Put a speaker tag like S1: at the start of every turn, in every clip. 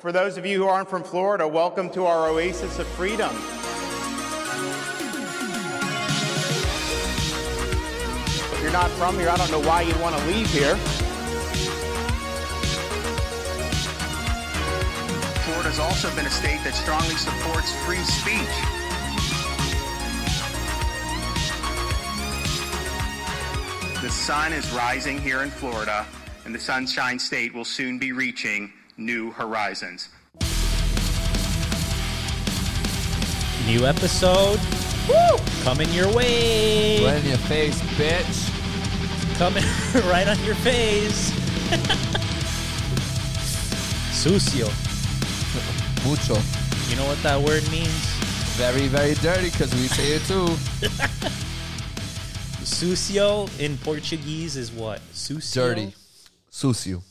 S1: For those of you who aren't from Florida, welcome to our oasis of freedom. If you're not from here, I don't know why you'd want to leave here. Florida's also been a state that strongly supports free speech. The sun is rising here in Florida, and the Sunshine State will soon be reaching new horizons.
S2: New episode coming your way.
S3: Right in your face, bitch.
S2: Coming right on your face. Sucio.
S3: Mucho.
S2: You know what that word means?
S3: Very, very dirty because we say it too.
S2: Sucio in Portuguese is what? Sucio.
S3: Dirty. Sucio.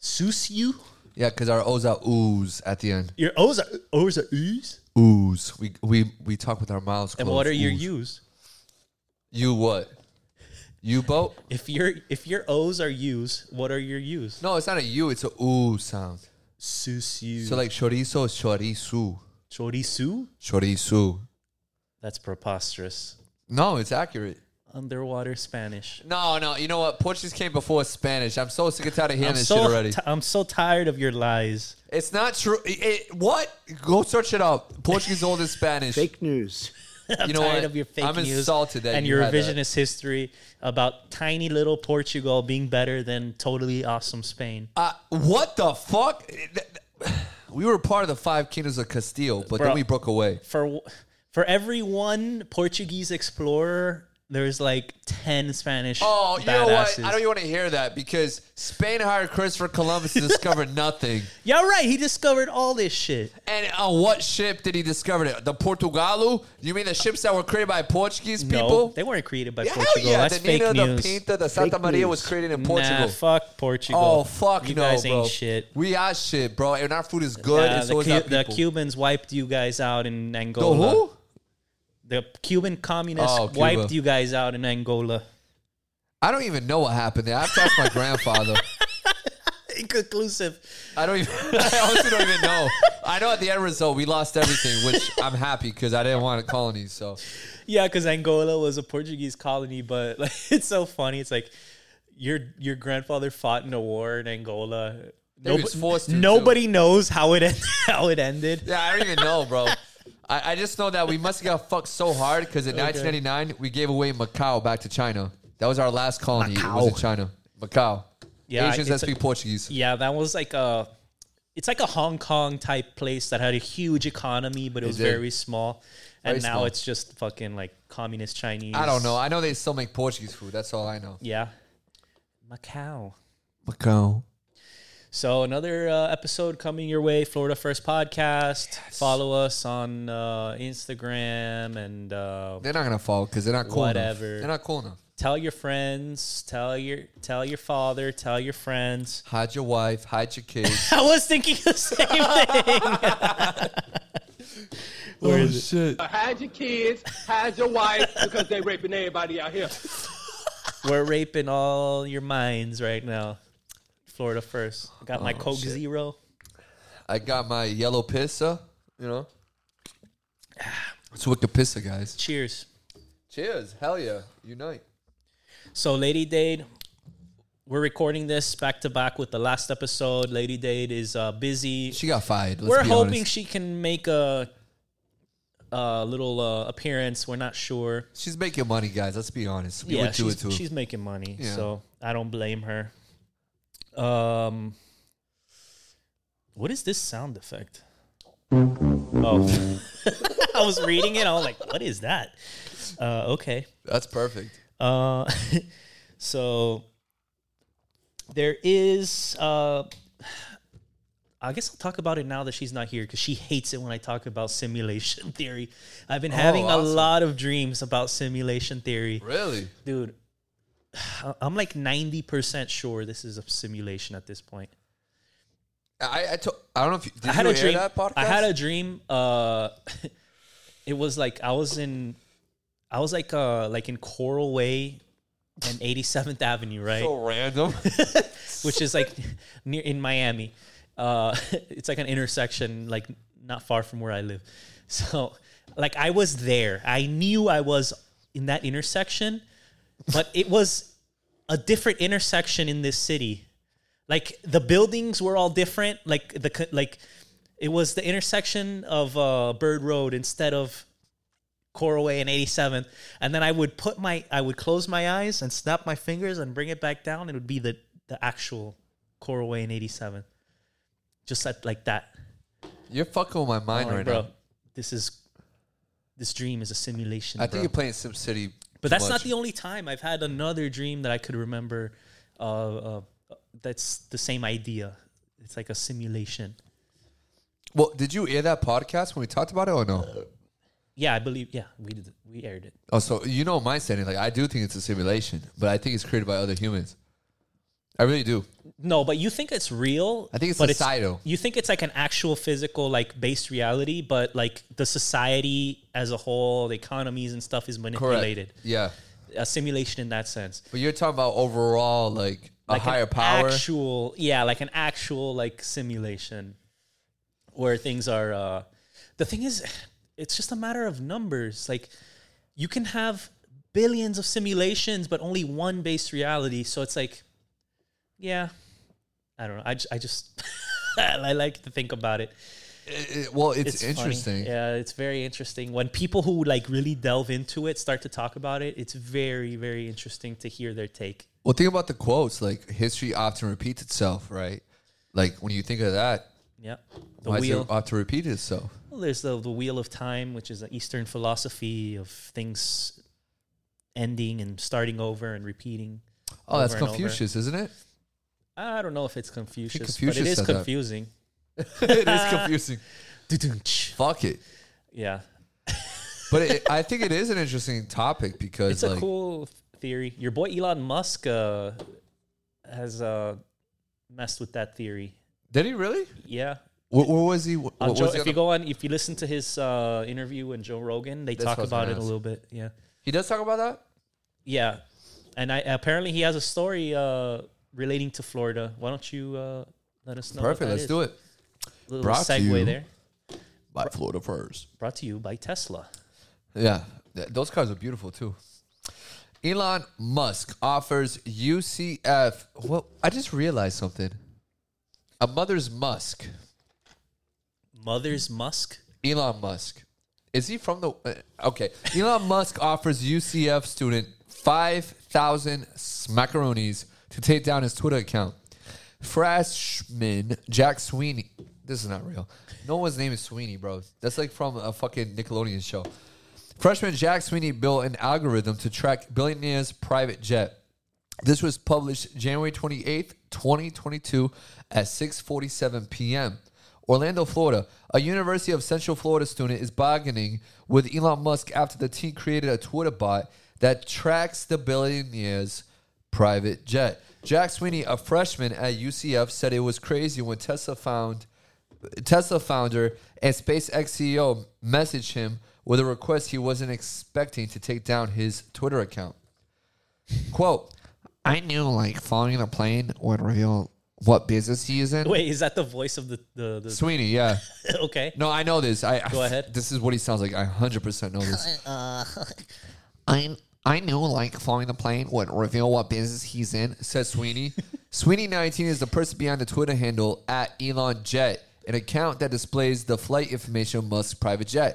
S2: Sucio.
S3: Yeah, because our O's are ooze at the end.
S2: Your O's are, O's are U's.
S3: Ooze. We we we talk with our mouths closed.
S2: And what are your
S3: Ooze.
S2: U's?
S3: You what? You boat?
S2: If your if your O's are U's, what are your U's?
S3: No, it's not a U. It's a ooh sound.
S2: Sucio.
S3: So like chorizo is chorizo.
S2: chorizo.
S3: Chorizo.
S2: That's preposterous.
S3: No, it's accurate.
S2: Underwater Spanish.
S3: No, no. You know what? Portuguese came before Spanish. I'm so sick and tired of hearing
S2: I'm
S3: this
S2: so
S3: shit already.
S2: ti- I'm so tired of your lies.
S3: it's not true. It, it- what? Go search it up. Portuguese old is Spanish.
S4: Fake news.
S2: I'm
S3: You know
S2: tired
S3: what?
S2: of your fake
S3: I'm
S2: news
S3: insulted that
S2: and
S3: you
S2: your
S3: had that.
S2: revisionist history about tiny little Portugal being better than totally awesome Spain.
S3: Uh, what the fuck? We were part of the five kingdoms of Castile, but
S2: Bro.
S3: then we broke away.
S2: For for every one Portuguese explorer, there's like ten Spanish.
S3: Oh, you know what?
S2: badasses.
S3: I don't even want to hear that because Spain hired Christopher Columbus to discover nothing.
S2: yeah, right. He discovered all this shit.
S3: And on what ship did he discover it? The Portugalu? You mean the ships that were created by Portuguese
S2: No,
S3: people?
S2: they weren't created by
S3: Yeah, hell
S2: Portugal.
S3: yeah.
S2: That's
S3: the Nina,
S2: fake news.
S3: the Pinta, the Santa
S4: Fake
S3: Maria
S4: news.
S3: was created in
S2: Nah,
S3: Portugal.
S2: fuck Portugal.
S3: Oh fuck
S2: you
S3: no,
S2: guys
S3: bro!
S2: ain't shit.
S3: We are shit, bro, and our food is good.
S2: Uh,
S3: and so
S2: the,
S3: is
S2: Cu-
S3: our
S2: the
S3: people.
S2: Cubans wiped you guys out in
S3: The
S2: Angola.
S3: who?
S2: The Cuban communists
S3: Oh, Cuba.
S2: wiped you guys out in Angola.
S3: I don't even know what happened there. I've talked to my grandfather.
S2: Inconclusive.
S3: I don't even. I honestly don't even know. I know at the end result we lost everything, which I'm happy because I didn't want a colony. So
S2: Yeah, because Angola was a Portuguese colony, but like, it's so funny. It's like your your grandfather fought in a war in Angola.
S3: He was forced to, too.
S2: nobody knows how it end- how it ended.
S3: yeah, I don't even know, bro. I, I just know that we must have got fucked so hard because in 1999 we gave away Macau back to China. That was our last colony. It was in China, Macau.
S2: Yeah,
S3: Asians that
S2: it's a-
S3: speak Portuguese.
S2: Yeah, that was like a. It's like a Hong Kong type place that had a huge economy, but it was
S3: did.
S2: very small. And
S3: Very
S2: now
S3: small.
S2: it's just fucking like communist Chinese.
S3: I don't know. I know they still make Portuguese food. That's all I know.
S2: Yeah, Macau.
S3: Macau.
S2: So another uh, episode coming your way, Florida First Podcast. Follow us on uh, Instagram and uh,
S3: They're not gonna fall because they're not cool
S2: Whatever.
S3: enough. They're not cool enough.
S2: tell your friends, tell your tell your father, tell your friends.
S3: Hide your wife. Hide your kids.
S2: I was thinking the same thing. Where is it?
S3: Oh, shit.
S5: Hide your kids, hide your wife, because they raping everybody out here.
S2: We're raping all your minds right now. Florida First. I got my Coke Zero.
S3: I got my yellow pizza. You know, it's Wikipissa, guys.
S2: Cheers.
S3: Cheers. Hell yeah. Unite.
S2: So, Lady Dade, we're recording this back to back with the last episode. Lady Dade is uh, busy.
S3: She got fired. Let's
S2: we're
S3: be
S2: hoping
S3: honest.
S2: she can make a, a little uh, appearance. We're not sure.
S3: she's making money, guys. Let's be honest. We would do
S2: she's,
S3: it too.
S2: she's making money,
S3: Yeah.
S2: so I don't blame her. Um, what is this sound effect? Oh, I was reading it. I was like, "What is that?" Uh, okay.
S3: That's perfect.
S2: Uh, so there is. Uh, I guess I'll talk about it now that she's not here because she hates it when I talk about simulation theory. I've been having a
S3: Oh, awesome.
S2: lot of dreams about simulation theory,
S3: Really?
S2: dude. I- I'm like ninety percent sure this is a simulation at this point.
S3: I I, to, I don't know if you, did
S2: I had
S3: you
S2: a
S3: hear
S2: dream.
S3: that podcast.
S2: I had a dream. Uh, it was like I was in, I was like uh like in Coral Way and 87th Avenue, right?
S3: so random.
S2: which is like near in Miami. Uh, it's like an intersection, like not far from where I live. So, like I was there. I knew I was in that intersection, but it was a different intersection in this city. Like the buildings were all different. Like the co- like it was the intersection of uh, Bird Road instead of Coraway and 87th, and then I would put my I would close my eyes and snap my fingers and bring it back down. It would be the the actual Coraway and 87th, just like, like that.
S3: You're fucking with my mind
S2: I'm like,
S3: right
S2: bro,
S3: now.
S2: this is this dream is a simulation.
S3: I think
S2: bro.
S3: you're playing SimCity.
S2: But that's not the only time I've had another dream that I could remember. Uh, uh, that's the same idea. It's like a simulation.
S3: Well, did you hear that podcast when we talked about it or no?
S2: Yeah, I believe. Yeah, we did. It. We aired it.
S3: Oh, so you know my standing. Like I do think it's a simulation, but I think it's created by other humans. I really do.
S2: No, but you think it's real.
S3: I think it's
S2: but
S3: societal.
S2: you think it's like an actual physical, like based reality, but like the society as a whole, the economies and stuff is manipulated.
S3: Yeah.
S2: A simulation in that sense.
S3: But you're talking about overall, like a
S2: an
S3: higher power.
S2: Actual, yeah, like an actual like simulation where things are. Uh, the thing is, it's just a matter of numbers. Like you can have billions of simulations, but only one based reality. So it's like, yeah, I don't know. I, ju- I just I like to think about it.
S3: It- it- well, it's,
S2: funny.
S3: interesting.
S2: Yeah, it's very interesting. When people who like really delve into it start to talk about it, it's very very interesting to hear their take.
S3: Well, think about the quotes. Like history often repeats itself, right? Like when you think of that,
S2: Yeah, the
S3: why
S2: wheel.
S3: does it often repeat itself?
S2: Well, there's the, the wheel of time, which is an Eastern philosophy of things ending and starting over and repeating.
S3: Oh, that's
S2: Over and over.
S3: Confucius, isn't it?
S2: I don't know if it's Confucius, but it
S3: Confucius
S2: is
S3: said that.
S2: confusing.
S3: it is confusing.
S2: Du-dun-tsh.
S3: Fuck it.
S2: Yeah,
S3: But it, I think it is an interesting topic because
S2: it's
S3: like
S2: a cool theory. Your boy Elon Musk uh, has uh, messed with that theory.
S3: Did he really?
S2: Yeah.
S3: What, what was he? What
S2: On
S3: was
S2: Joe,
S3: he,
S2: if
S3: on
S2: you
S3: the-
S2: go on, if you listen to his uh, interview and Joe Rogan, they
S3: That's
S2: talk
S3: what I was gonna
S2: about it a
S3: ask.
S2: little bit. Yeah.
S3: he does talk about that.
S2: Yeah, and I apparently he has a story uh, relating to Florida. Why don't you uh, let us know?
S3: Perfect. Let's do it.
S2: A little
S3: Brought to
S2: segue
S3: you.
S2: there.
S3: By Florida first.
S2: Brought to you by Tesla.
S3: Yeah, th- those cars are beautiful too. Elon Musk offers UCF. Well, I just realized something. A mother's Musk.
S2: Mother's Musk.
S3: Elon Musk. Is he from the? uh, Okay. Elon Musk offers UCF student five thousand macaronis to take down his Twitter account. Freshman Jack Sweeney. This is not real. No one's name is Sweeney, bro. That's like from a fucking Nickelodeon show. Freshman Jack Sweeney built an algorithm to track billionaires' private jet. This was published January 28th, 2022 at 6:47 p.m. Orlando, Florida. A University of Central Florida student is bargaining with Elon Musk after the team created a Twitter bot that tracks the billionaire's private jet. Jack Sweeney, a freshman at UCF, said it was crazy when Tesla found Tesla founder and SpaceX CEO messaged him with a request he wasn't expecting to take down his Twitter account. Quote, I knew like flying a plane would reveal what business he is in.
S2: Wait, is that the voice of the the? the
S3: Sweeney, yeah.
S2: okay.
S3: No, I know this. I
S2: Go ahead.
S3: This is what he sounds like. I 100% know this. Uh, I I knew like flying the plane would reveal what business he's in, says Sweeney. Sweeney19 is the person behind the Twitter handle at Elon Jet, an account that displays the flight information of Musk's private jet.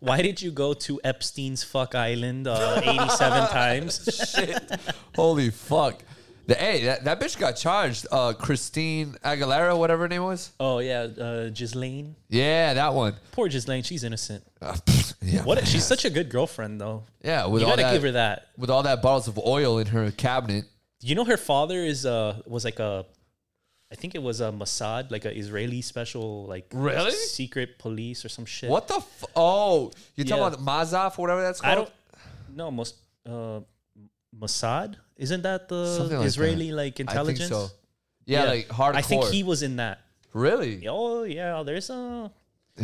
S2: Why did you go to Epstein's fuck island uh, eighty-seven times?
S3: Holy fuck. The, hey, that, that bitch got charged. Uh, Christine Aguilera, whatever her name was.
S2: Oh yeah, uh, Ghislaine.
S3: Yeah, that one.
S2: Poor Ghislaine, she's innocent.
S3: Uh, yeah.
S2: What? a- she's such a good girlfriend though.
S3: Yeah, with
S2: You
S3: all
S2: gotta
S3: that,
S2: give her that.
S3: with all that bottles of oil in her cabinet.
S2: You know, her father is uh was like a, I think it was a Mossad, like a Israeli special like
S3: Really?
S2: secret police or some shit.
S3: What the? F- oh, you're
S2: Yeah.
S3: talking about Mazaf, whatever that's called.
S2: I don't. No, most uh, Mossad isn't that the
S3: Something like
S2: Israeli
S3: that.
S2: like
S3: I think
S2: intelligence?
S3: so. Yeah, like hardcore.
S2: I think he was in that.
S3: really.
S2: Oh yeah, there's a,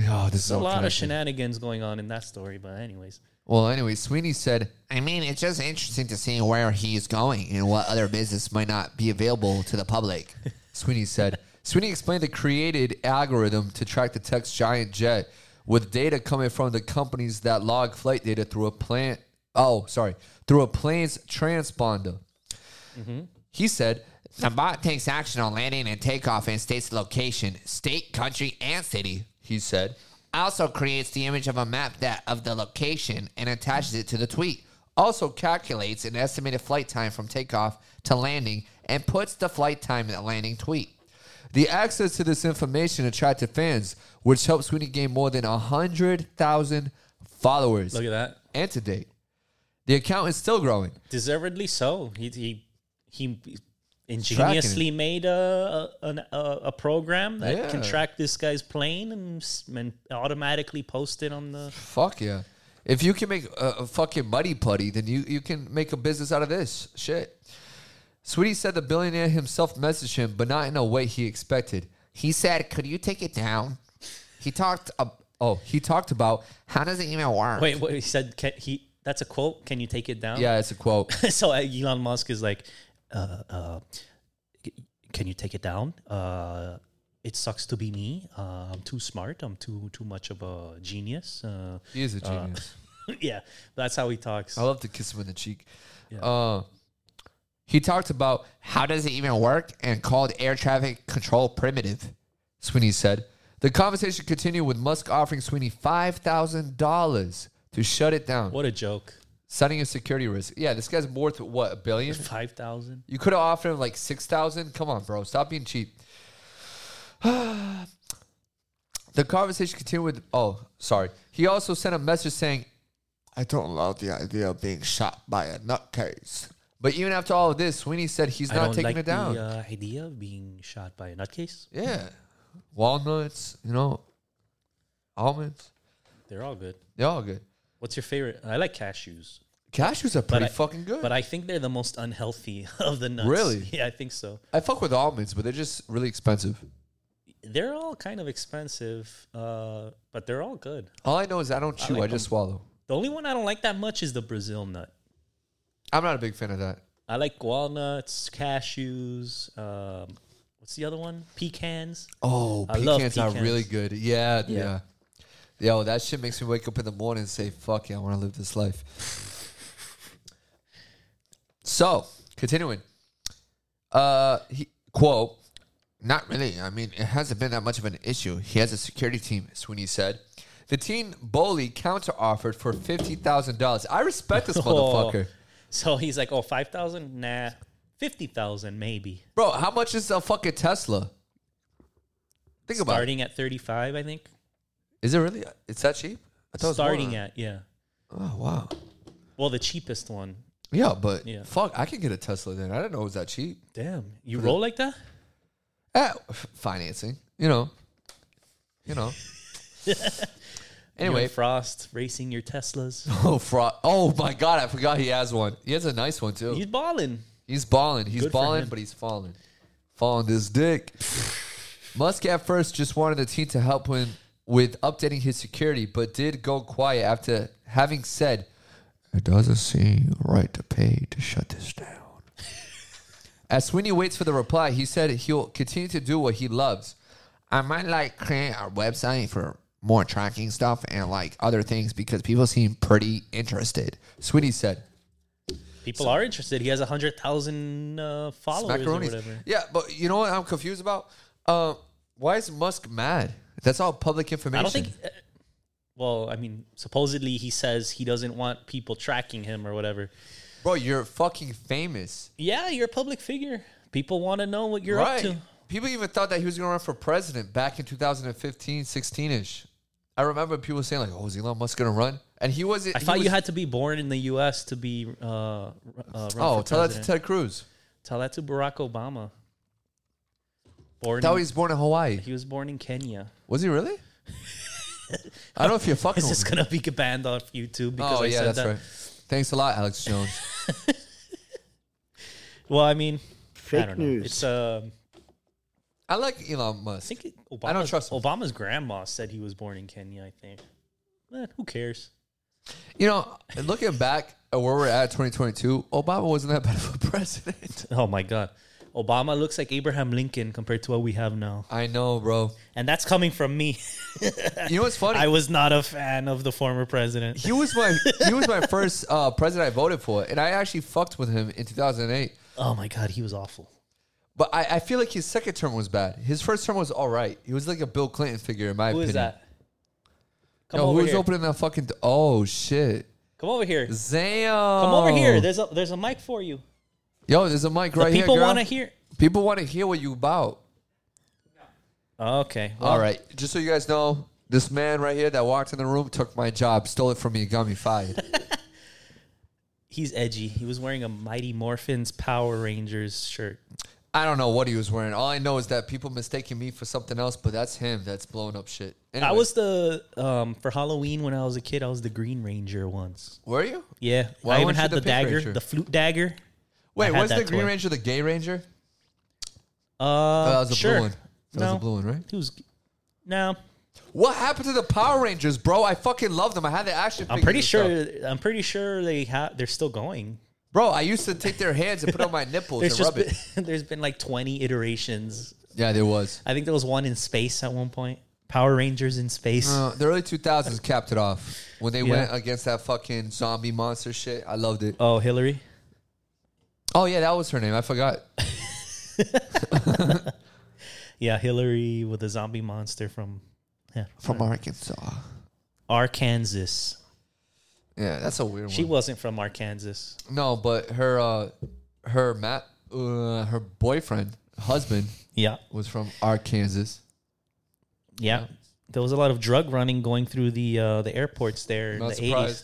S3: Oh, this is
S2: a
S3: all
S2: lot of
S3: connected.
S2: shenanigans going on in that story. But anyways,
S3: Well, anyway, Sweeney said, I mean, it's just interesting to see where he's going and what other business might not be available to the public. Sweeney said, Sweeney explained the created algorithm to track the tech's giant jet with data coming from the companies that log flight data through a plant. Oh, sorry, through a plane's transponder. He said, The bot takes action on landing and takeoff and states location, state, country, and city, he said. Also creates the image of a map that of the location and attaches it to the tweet. Also calculates an estimated flight time from takeoff to landing and puts the flight time in the landing tweet. The access to this information attracted fans, which helped Sweeney gain more than 100,000 followers.
S2: Look at that.
S3: And to date, the account is still growing.
S2: Deservedly so. He he, he ingeniously made a a, an- a a program that can
S3: Yeah.
S2: track this guy's plane and, s- and automatically post it on the.
S3: Fuck yeah. If you can make a, a fucking muddy putty, then you, you can make a business out of this shit. Sweetie said the billionaire himself messaged him, but not in a way he expected. He said, "Could you take it down?" He talked. ab- oh, he talked about how does the email work?
S2: Wait, what he said? Can he? That's a quote. Can you take it down?
S3: Yeah, it's a quote.
S2: so uh, Elon Musk is like, uh, uh, c- can you take it down? Uh, it sucks to be me. Uh, I'm too smart. I'm too too much of a genius. Uh,
S3: He is a genius.
S2: yeah, that's how he talks.
S3: I love to kiss him in the cheek. Uh, he talked about how does it even work and called air traffic control primitive. Sweeney said the conversation continued with Musk offering Sweeney five thousand dollars to shut it down,
S2: What a joke.
S3: citing a security risk. Yeah, this guy's worth what a billion.
S2: Five thousand.
S3: You could have offered him like six thousand. Come on, bro, stop being cheap. the conversation continued with. Oh, sorry. He also sent a message saying, "I don't love the idea of being shot by a nutcase." But even after all of this, Sweeney said he's not taking it down.
S2: the uh, idea of being shot by a nutcase.
S3: yeah, walnuts, you know, almonds,
S2: They're all good.
S3: they're all good.
S2: What's your favorite? I like cashews,
S3: Cashews are pretty
S2: I-
S3: fucking good.
S2: but I think they're the most unhealthy of the nuts.
S3: Really?
S2: Yeah, I think so.
S3: I fuck with almonds, but they're just really expensive.
S2: They're all kind of expensive, uh, but they're all good.
S3: All I know is I don't chew; I,
S2: like
S3: just
S2: them.
S3: swallow.
S2: The only one I don't like that much is the Brazil nut.
S3: I'm not a big fan of that.
S2: I like walnuts, cashews. Um, what's the other one? Pecans.
S3: Oh,
S2: I
S3: pecans,
S2: love
S3: are
S2: pecans.
S3: really good. Yeah, yeah.
S2: Yeah.
S3: Yo, that shit makes me wake up in the morning and say, fuck yeah, I want to live this life. so, continuing. Uh, he, quote, not really. I mean, it hasn't been that much of an issue. He has a security team, Sweeney said. The teen Bowley counteroffered for $50,000. I respect
S2: Oh.
S3: this motherfucker.
S2: So he's like, oh, 5,000? Nah, 50,000 maybe.
S3: Bro, how much is a fucking Tesla? Think about it.
S2: Starting at 35, I think.
S3: Is it really? It's that cheap? I thought it was more
S2: Starting
S3: than-
S2: at, yeah.
S3: Oh wow.
S2: Well, the cheapest one.
S3: Yeah, but
S2: Yeah.
S3: fuck, I could get a Tesla then. I didn't know it was that cheap.
S2: Damn. You roll like that?
S3: Eh, financing, you know, you know.
S2: You're
S3: anyway,
S2: Frost racing your Teslas.
S3: oh fraud. Oh my god, I forgot he has one. He has a nice one too.
S2: he's balling.
S3: He's balling. He's
S2: Good for
S3: balling,
S2: him.
S3: but he's falling. Falling this dick. Musk at first just wanted the team to help him with updating his security, but did go quiet after having said, It doesn't seem right to pay to shut this down. As Sweeney waits for the reply, he said he'll continue to do what he loves. I might like create a website for more tracking stuff and like other things because people seem pretty interested. Sweeney said,
S2: People are interested. He has 100,000 uh, followers
S3: macaroni.
S2: or whatever.
S3: Yeah, but you know what I'm confused about? Uh, why is Musk mad? That's all public information.
S2: I don't think. uh, Well, I mean, supposedly he says he doesn't want people tracking him or whatever.
S3: bro, you're fucking famous,
S2: Yeah, you're a public figure. People want to know what you're
S3: right?
S2: up to.
S3: People even thought that he was going to run for president back in 2015, 16 ish. I remember people saying like, "Oh, is Elon Musk going to run?" And he wasn't.
S2: I
S3: he
S2: thought
S3: was,
S2: you had to be born in the U.S. to be. Uh, uh, run
S3: Oh,
S2: for
S3: tell that to
S2: president.
S3: Ted Cruz.
S2: tell that to Barack Obama. Born,
S3: That
S2: in-
S3: he was born in Hawaii.
S2: he was born in Kenya.
S3: Was he really? I don't know if you're fucking.
S2: Is this
S3: with me.
S2: gonna be banned off YouTube? Because
S3: oh
S2: I
S3: yeah,
S2: said
S3: that's
S2: that.
S3: right. Thanks a lot, Alex Jones.
S2: Well, I mean, I
S1: Fake
S2: don't know.
S1: news.
S2: It's um,
S3: I like Elon
S2: I
S3: Musk.
S2: think it- Obama's,
S3: I don't trust him.
S2: Obama's grandma said he was born in Kenya. I think. Eh, who cares?
S3: You know, looking back at where we're at 2022, Obama wasn't that bad of a president.
S2: Oh my god. Obama looks like Abraham Lincoln compared to what we have now.
S3: I know, bro.
S2: And that's coming from me.
S3: You know what's funny?
S2: I was not a fan of the former president.
S3: he was my he was my first uh, president I voted for, and I actually fucked with him in 2008.
S2: Oh my God, he was awful.
S3: But I, I feel like his second term was bad. His first term was all right. He was like a Bill Clinton figure in my
S2: Who
S3: opinion.
S2: is that? Come
S3: Yo,
S2: over
S3: who's
S2: here.
S3: opening that fucking? d- oh shit!
S2: Come over here.
S3: Zam.
S2: Come over here. There's a there's a mic for you.
S3: Yo, there's a mic right
S2: the people
S3: here.
S2: want
S3: want
S2: to hear.
S3: People want to hear what you about.
S2: Okay. well,
S3: All right, just so you guys know, this man right here that walked in the room took my job, stole it from me, and got me fired.
S2: He's edgy. He was wearing a Mighty Morphin's Power Rangers shirt.
S3: I don't know what he was wearing. All I know is that people mistaking me for something else, but that's him. That's blowing up shit.
S2: I
S3: Anyway,
S2: was the um for Halloween when I was a kid. I was the Green Ranger once.
S3: Were you?
S2: Yeah,
S3: Why
S2: I even
S3: weren't you
S2: had
S3: the
S2: the,
S3: Pink
S2: dagger,
S3: Ranger?
S2: the flute dagger.
S3: Wait,
S2: had
S3: was the
S2: that
S3: Green
S2: toy.
S3: Ranger the Gay Ranger?
S2: Uh,
S3: Oh, that was the
S2: sure.
S3: blue one. That was
S2: no,
S3: the blue one, right?
S2: He was no.
S3: What happened to the Power Rangers, bro? I fucking love them. I had the action.
S2: I'm
S3: figures
S2: pretty
S3: and
S2: sure.
S3: stuff.
S2: I'm pretty sure they have. They're still going.
S3: bro. I used to take their hands and put it on my nipples
S2: There's
S3: and
S2: just
S3: Oh, rub
S2: been,
S3: it.
S2: there's been like 20 iterations.
S3: Yeah, there was.
S2: I think there was one in space at one point. Power Rangers in space.
S3: Uh, the early 2000s capped it off when they
S2: Yeah.
S3: went against that fucking zombie monster shit. I loved it.
S2: oh, Hillary.
S3: Oh yeah, that was her name. I forgot.
S2: Yeah, Hillary with a zombie monster from yeah,
S3: From Arkansas.
S2: Arkansas.
S3: Yeah, that's a weird
S2: She
S3: one.
S2: wasn't from Arkansas.
S3: No, but her uh, her Matt uh, her boyfriend husband
S2: Yeah,
S3: was from Arkansas.
S2: yeah. There was a lot of drug running going through the uh, the airports there in
S3: Not
S2: the
S3: surprised.
S2: eighties.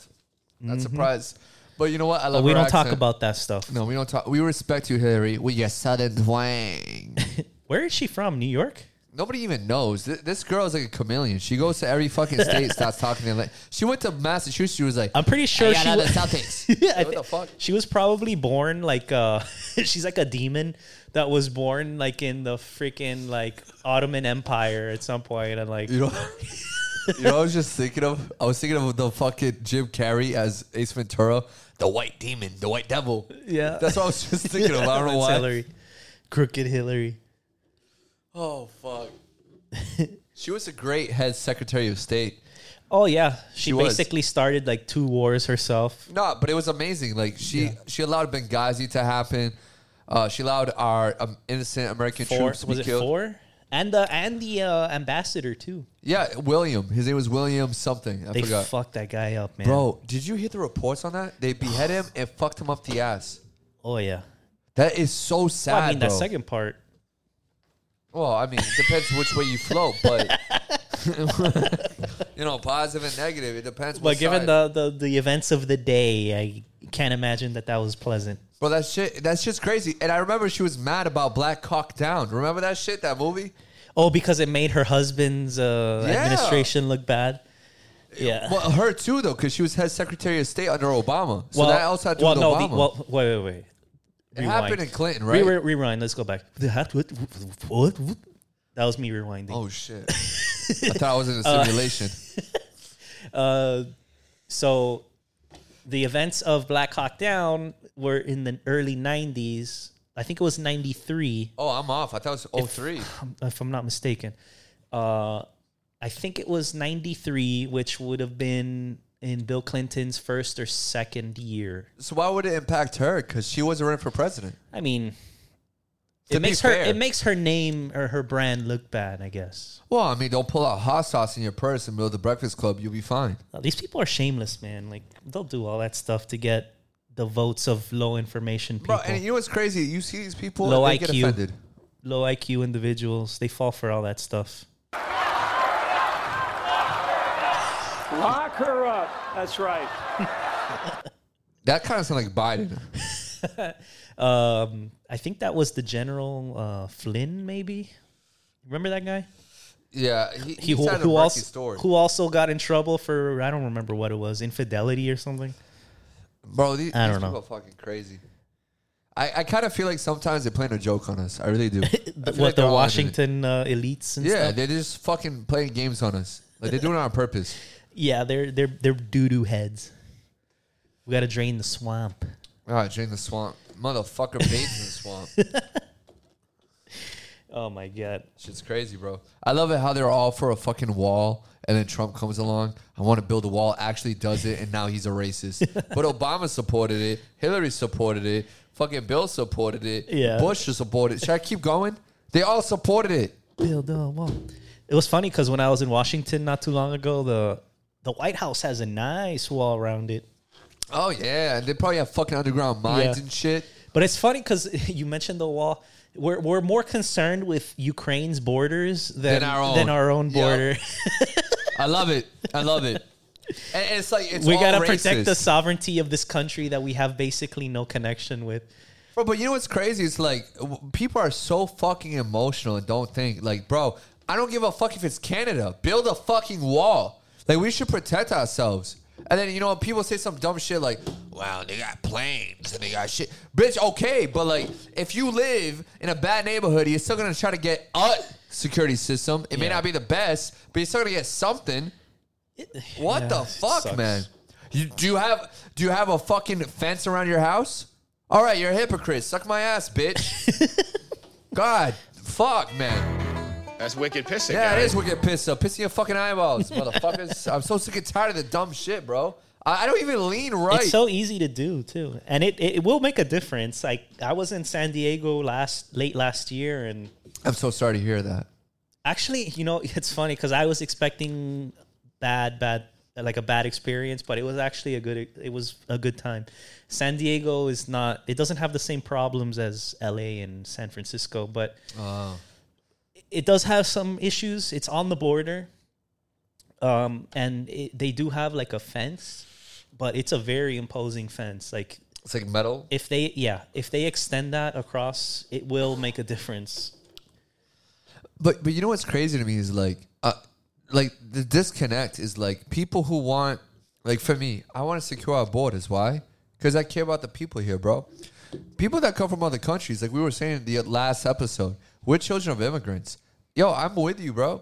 S2: Mm-hmm.
S3: Not surprised. But you know what? I love.
S2: But we
S3: her
S2: don't talk
S3: accent.
S2: about that stuff.
S3: No, we don't talk. We respect you, Hillary, with your southern twang.
S2: Where is she from? New York?
S3: Nobody even knows. Th- This girl is like a chameleon. She goes to every fucking state, starts talking. And like, she went to Massachusetts. She was like,
S2: I'm pretty sure
S3: I
S2: she
S3: got out of
S2: was.
S3: the Celtics.
S2: I
S3: What the
S2: thi-
S3: fuck?
S2: She was probably born like uh she's like a demon that was born like in the freaking like Ottoman Empire at some point and like
S3: You know, you know, I was just thinking of. I was thinking of the fucking Jim Carrey as Ace Ventura, the White Demon, the White Devil.
S2: Yeah.
S3: that's what I was just thinking of. I don't know
S2: That's
S3: why.
S2: Hillary. Crooked Hillary.
S3: Oh fuck. she was a great head secretary of state.
S2: Oh yeah. She,
S3: She was.
S2: basically started like two wars herself.
S3: No, but it was amazing. Like she she allowed Benghazi to happen. Uh, she allowed our um, innocent American
S2: Four
S3: troops to
S2: was
S3: be
S2: it
S3: killed.
S2: four? And the and the uh, ambassador too.
S3: Yeah, William. His name was William something. I
S2: They
S3: forgot.
S2: fucked that guy up, man.
S3: Bro, did you hear the reports on that? They beheaded him and fucked him up the ass.
S2: Oh yeah.
S3: That is so sad,
S2: Well, I mean
S3: bro.
S2: that second part.
S3: well, I mean, it depends which way you float, but you know, positive and negative. It depends.
S2: But
S3: what
S2: given
S3: side.
S2: the, the the events of the day, I can't imagine that that was pleasant.
S3: bro, that shit, that's just crazy. And I remember she was mad about Black Cock Down. Remember that shit? That movie?
S2: Oh, because it made her husband's uh,
S3: Yeah.
S2: administration look bad. Yeah.
S3: Well, her too, though, because she was head secretary of state under Obama. So that also had to
S2: well,
S3: do with
S2: no,
S3: Obama.
S2: The, well, wait, wait, wait.
S3: it happened in Clinton, right?
S2: Re- re- rewind. Let's go back. That was me rewinding.
S3: oh shit! I thought I was in
S2: Uh,
S3: a simulation.
S2: So, the events of Black Hawk Down were in the early '90s. I think it was '93.
S3: oh, I'm off. I thought it was 03.
S2: if I'm not mistaken. Uh, I think it was 93, which would have been in Bill Clinton's first or second year.
S3: So why would it impact her? Because she wasn't running for president.
S2: I mean,
S3: To
S2: it
S3: be
S2: makes her
S3: fair.
S2: it makes her name or her brand look bad, I guess.
S3: Well, I mean, don't pull out hot sauce in your purse and build the Breakfast Club. You'll be fine.
S2: Uh, These people are shameless, man. Like they'll do all that stuff to get the votes of low information people,
S3: Bro, and you know what's crazy? You see these people,
S2: Low
S3: and they get
S2: IQ.
S3: offended.
S2: low IQ individuals. They fall for all that stuff.
S4: Lock her up. That's right.
S3: That kind of sounds like Biden.
S2: Um, I think that was the General uh, Flynn, maybe. Remember that guy?
S3: Yeah,
S2: he
S3: he, he's
S2: who,
S3: had a
S2: who
S3: murky
S2: also
S3: story.
S2: who also got in trouble for I don't remember what it was infidelity or something.
S3: Bro, these,
S2: I
S3: these
S2: don't know.
S3: people are fucking crazy. I, I kind of feel like sometimes they're playing a joke on us. I really do. I feel
S2: What
S3: like
S2: the
S3: they're all in it.
S2: Washington uh, elites and
S3: Yeah,
S2: stuff.
S3: they're just fucking playing games on us. Like they're doing it on purpose.
S2: yeah, they're they're they're doo doo heads. We got to drain the swamp.
S3: Ah, drain the swamp, motherfucker, bathe in the swamp.
S2: Oh my god.
S3: Shit's crazy, bro. I love it how they're all for a fucking wall, and then Trump comes along. I want to build a wall. Actually, does it, and now he's a racist. but Obama supported it. Hillary supported it. Fucking Bill supported it.
S2: Yeah.
S3: Bush supported it. Should I keep going? They all supported it.
S2: build a wall. It was funny because when I was in Washington not too long ago, the the White House has a nice wall around it.
S3: Oh yeah, and they probably have fucking underground mines
S2: Yeah.
S3: and shit.
S2: But it's funny because you mentioned the wall. We're, we're more concerned with Ukraine's borders than,
S3: Than our
S2: own
S3: own. Yep.
S2: border.
S3: I love it. I love it. And it's like it's
S2: we
S3: all
S2: gotta
S3: racist.
S2: protect the sovereignty of this country that we have basically no connection with.
S3: Bro, but you know what's crazy? It's like w- people are so fucking emotional and don't think. Like, bro, I don't give a fuck if it's Canada. Build a fucking wall. Like, we should protect ourselves. And then you know people say some dumb shit like, "Wow, they got planes and they got shit." Bitch, okay, but like if you live in a bad neighborhood, you're still gonna try to get a security system. It may
S2: Yeah.
S3: not be the best, but you're still gonna get something. What
S2: Yeah,
S3: the
S2: it
S3: fuck,
S2: sucks.
S3: man? You, do you have do you have a fucking fence around your house? All right, you're a hypocrite. Suck my ass, bitch. God, fuck, man.
S6: That's wicked pissing.
S3: Yeah, it
S6: guys.
S3: is. We get pissed up, pissing your fucking eyeballs, motherfuckers. I'm so sick and tired of the dumb shit, bro. I, I don't even lean right.
S2: It's so easy to do too, and it, it, it will make a difference. Like I was in San Diego last late last year, and
S3: I'm so sorry to hear that.
S2: Actually, you know, it's funny because I was expecting bad, bad, like a bad experience, but it was actually a good. It was a good time. San Diego is not. It doesn't have the same problems as L.A. and San Francisco, but it does have some issues. It's on the border, um, and it, they do have like a fence, but it's a very imposing fence. Like
S3: It's like metal.
S2: if they, yeah, if they extend that across, it will make a difference.
S3: But but you know what's crazy to me is like uh like the disconnect is like people who want like for me I want to secure our borders why because I care about the people here bro people that come from other countries like we were saying in the last episode we're children of immigrants yo I'm with you bro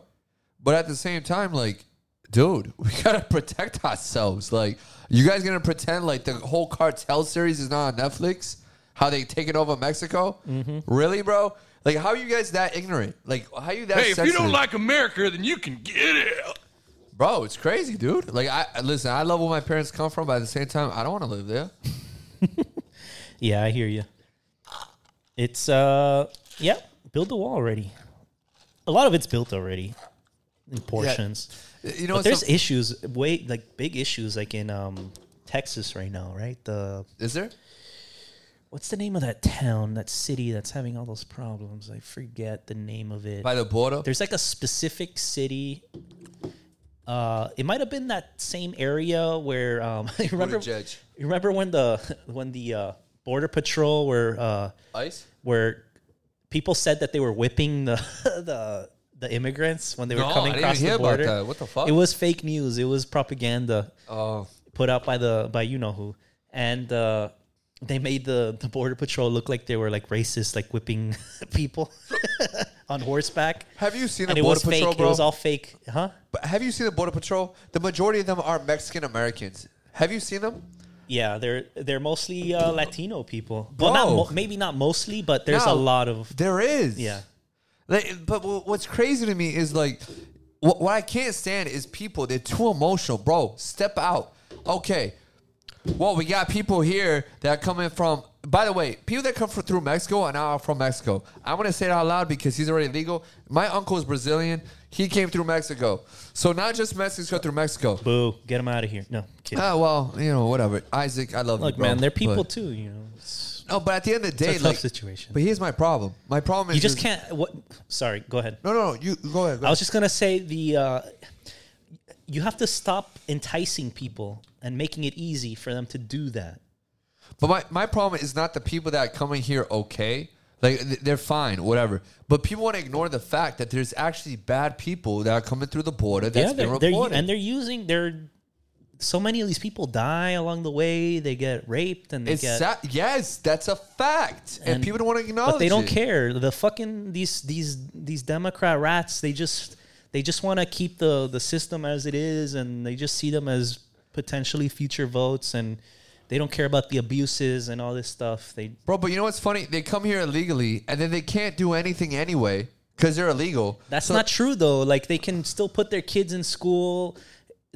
S3: but at the same time like dude we gotta protect ourselves like you guys gonna pretend like the whole cartel series is not on Netflix how they taking over Mexico
S2: Mm-hmm.
S3: really bro. Like, how are you guys that ignorant? Like, how are you that?
S7: Hey, if you
S3: sensitive?
S7: don't like America, then you can get out.
S3: Bro, it's crazy, dude. Like, I I- listen. I love where my parents come from, but at the same time, I don't want to live there.
S2: Yeah, I hear you. It's uh, yeah, build the wall already. A lot of it's built already in portions.
S3: Oh, You know,
S2: But
S3: what's
S2: there's
S3: the-
S2: issues, way like big issues, like in um Texas right now, right? The
S3: is there?
S2: what's the name of that town, that city that's having all those problems? I forget the name of it.
S3: By the border,
S2: there's like a specific city. Uh, it might have been that same area where um, you remember
S3: Buttigieg.
S2: you remember when the when the uh, border patrol were uh,
S3: ice.
S2: where people said that they were whipping the the the immigrants when they were
S3: No,
S2: coming
S3: I didn't
S2: across
S3: hear
S2: the
S3: about
S2: border.
S3: that. What the fuck?
S2: It was fake news. It was propaganda
S3: Oh,
S2: put out by the by you know who, and uh, they made the the border patrol look like they were like racist, like whipping people on horseback.
S3: have you seen
S2: And
S3: the
S2: it
S3: border
S2: was
S3: patrol,
S2: fake.
S3: bro?
S2: It was all fake, huh?
S3: But have you seen the border patrol? The majority of them are Mexican Americans. Have you seen them?
S2: Yeah, they're they're mostly uh, Latino people. Well, not
S3: Bro.
S2: mo- maybe not mostly, but there's
S3: No,
S2: a lot of
S3: There is.
S2: yeah.
S3: Like, but wh- what's crazy to me is like, what, what I can't stand is people. They're too emotional, bro. Step out. Okay. Well, we got people here that are coming from. By the way, people that come from, through Mexico are now from Mexico. I'm gonna say it out loud because he's already legal. My uncle is Brazilian. He came through Mexico, so not just Mexico through Mexico.
S2: Boo, get them out of here. No, kidding.
S3: Ah, well, you know, whatever. Isaac, I love you,
S2: Look,
S3: bro,
S2: man, they're people
S3: but-
S2: too. You know, It's-
S3: No, but at the end of the day,
S2: a tough
S3: like
S2: situation.
S3: But here's my problem. My problem is
S2: you just
S3: is-
S2: can't. What? Sorry, go ahead.
S3: No, no, no. You go ahead. Go
S2: I was just gonna say the uh, you have to stop enticing people and making it easy for them to do that.
S3: But my, my problem is not the people that come in here okay. Like th- they're fine, whatever. But people want to ignore the fact that there's actually bad people that are coming through the border that's
S2: yeah,
S3: been
S2: they're, they're u-
S3: reported.
S2: and they're using they're so many of these people die along the way. They get raped and they
S3: it's
S2: get
S3: sad. yes, that's a fact, and, people don't want to acknowledge.
S2: But they don't
S3: it.
S2: care. The fucking these these these Democrat rats. They just they just want to keep the the system as it is, and they just see them as potentially future votes and They don't care about the abuses and all this stuff. They
S3: Bro, but you know what's funny? They come here illegally and then they can't do anything anyway because they're illegal.
S2: That's
S3: So-
S2: not true though. Like they can still put their kids in school.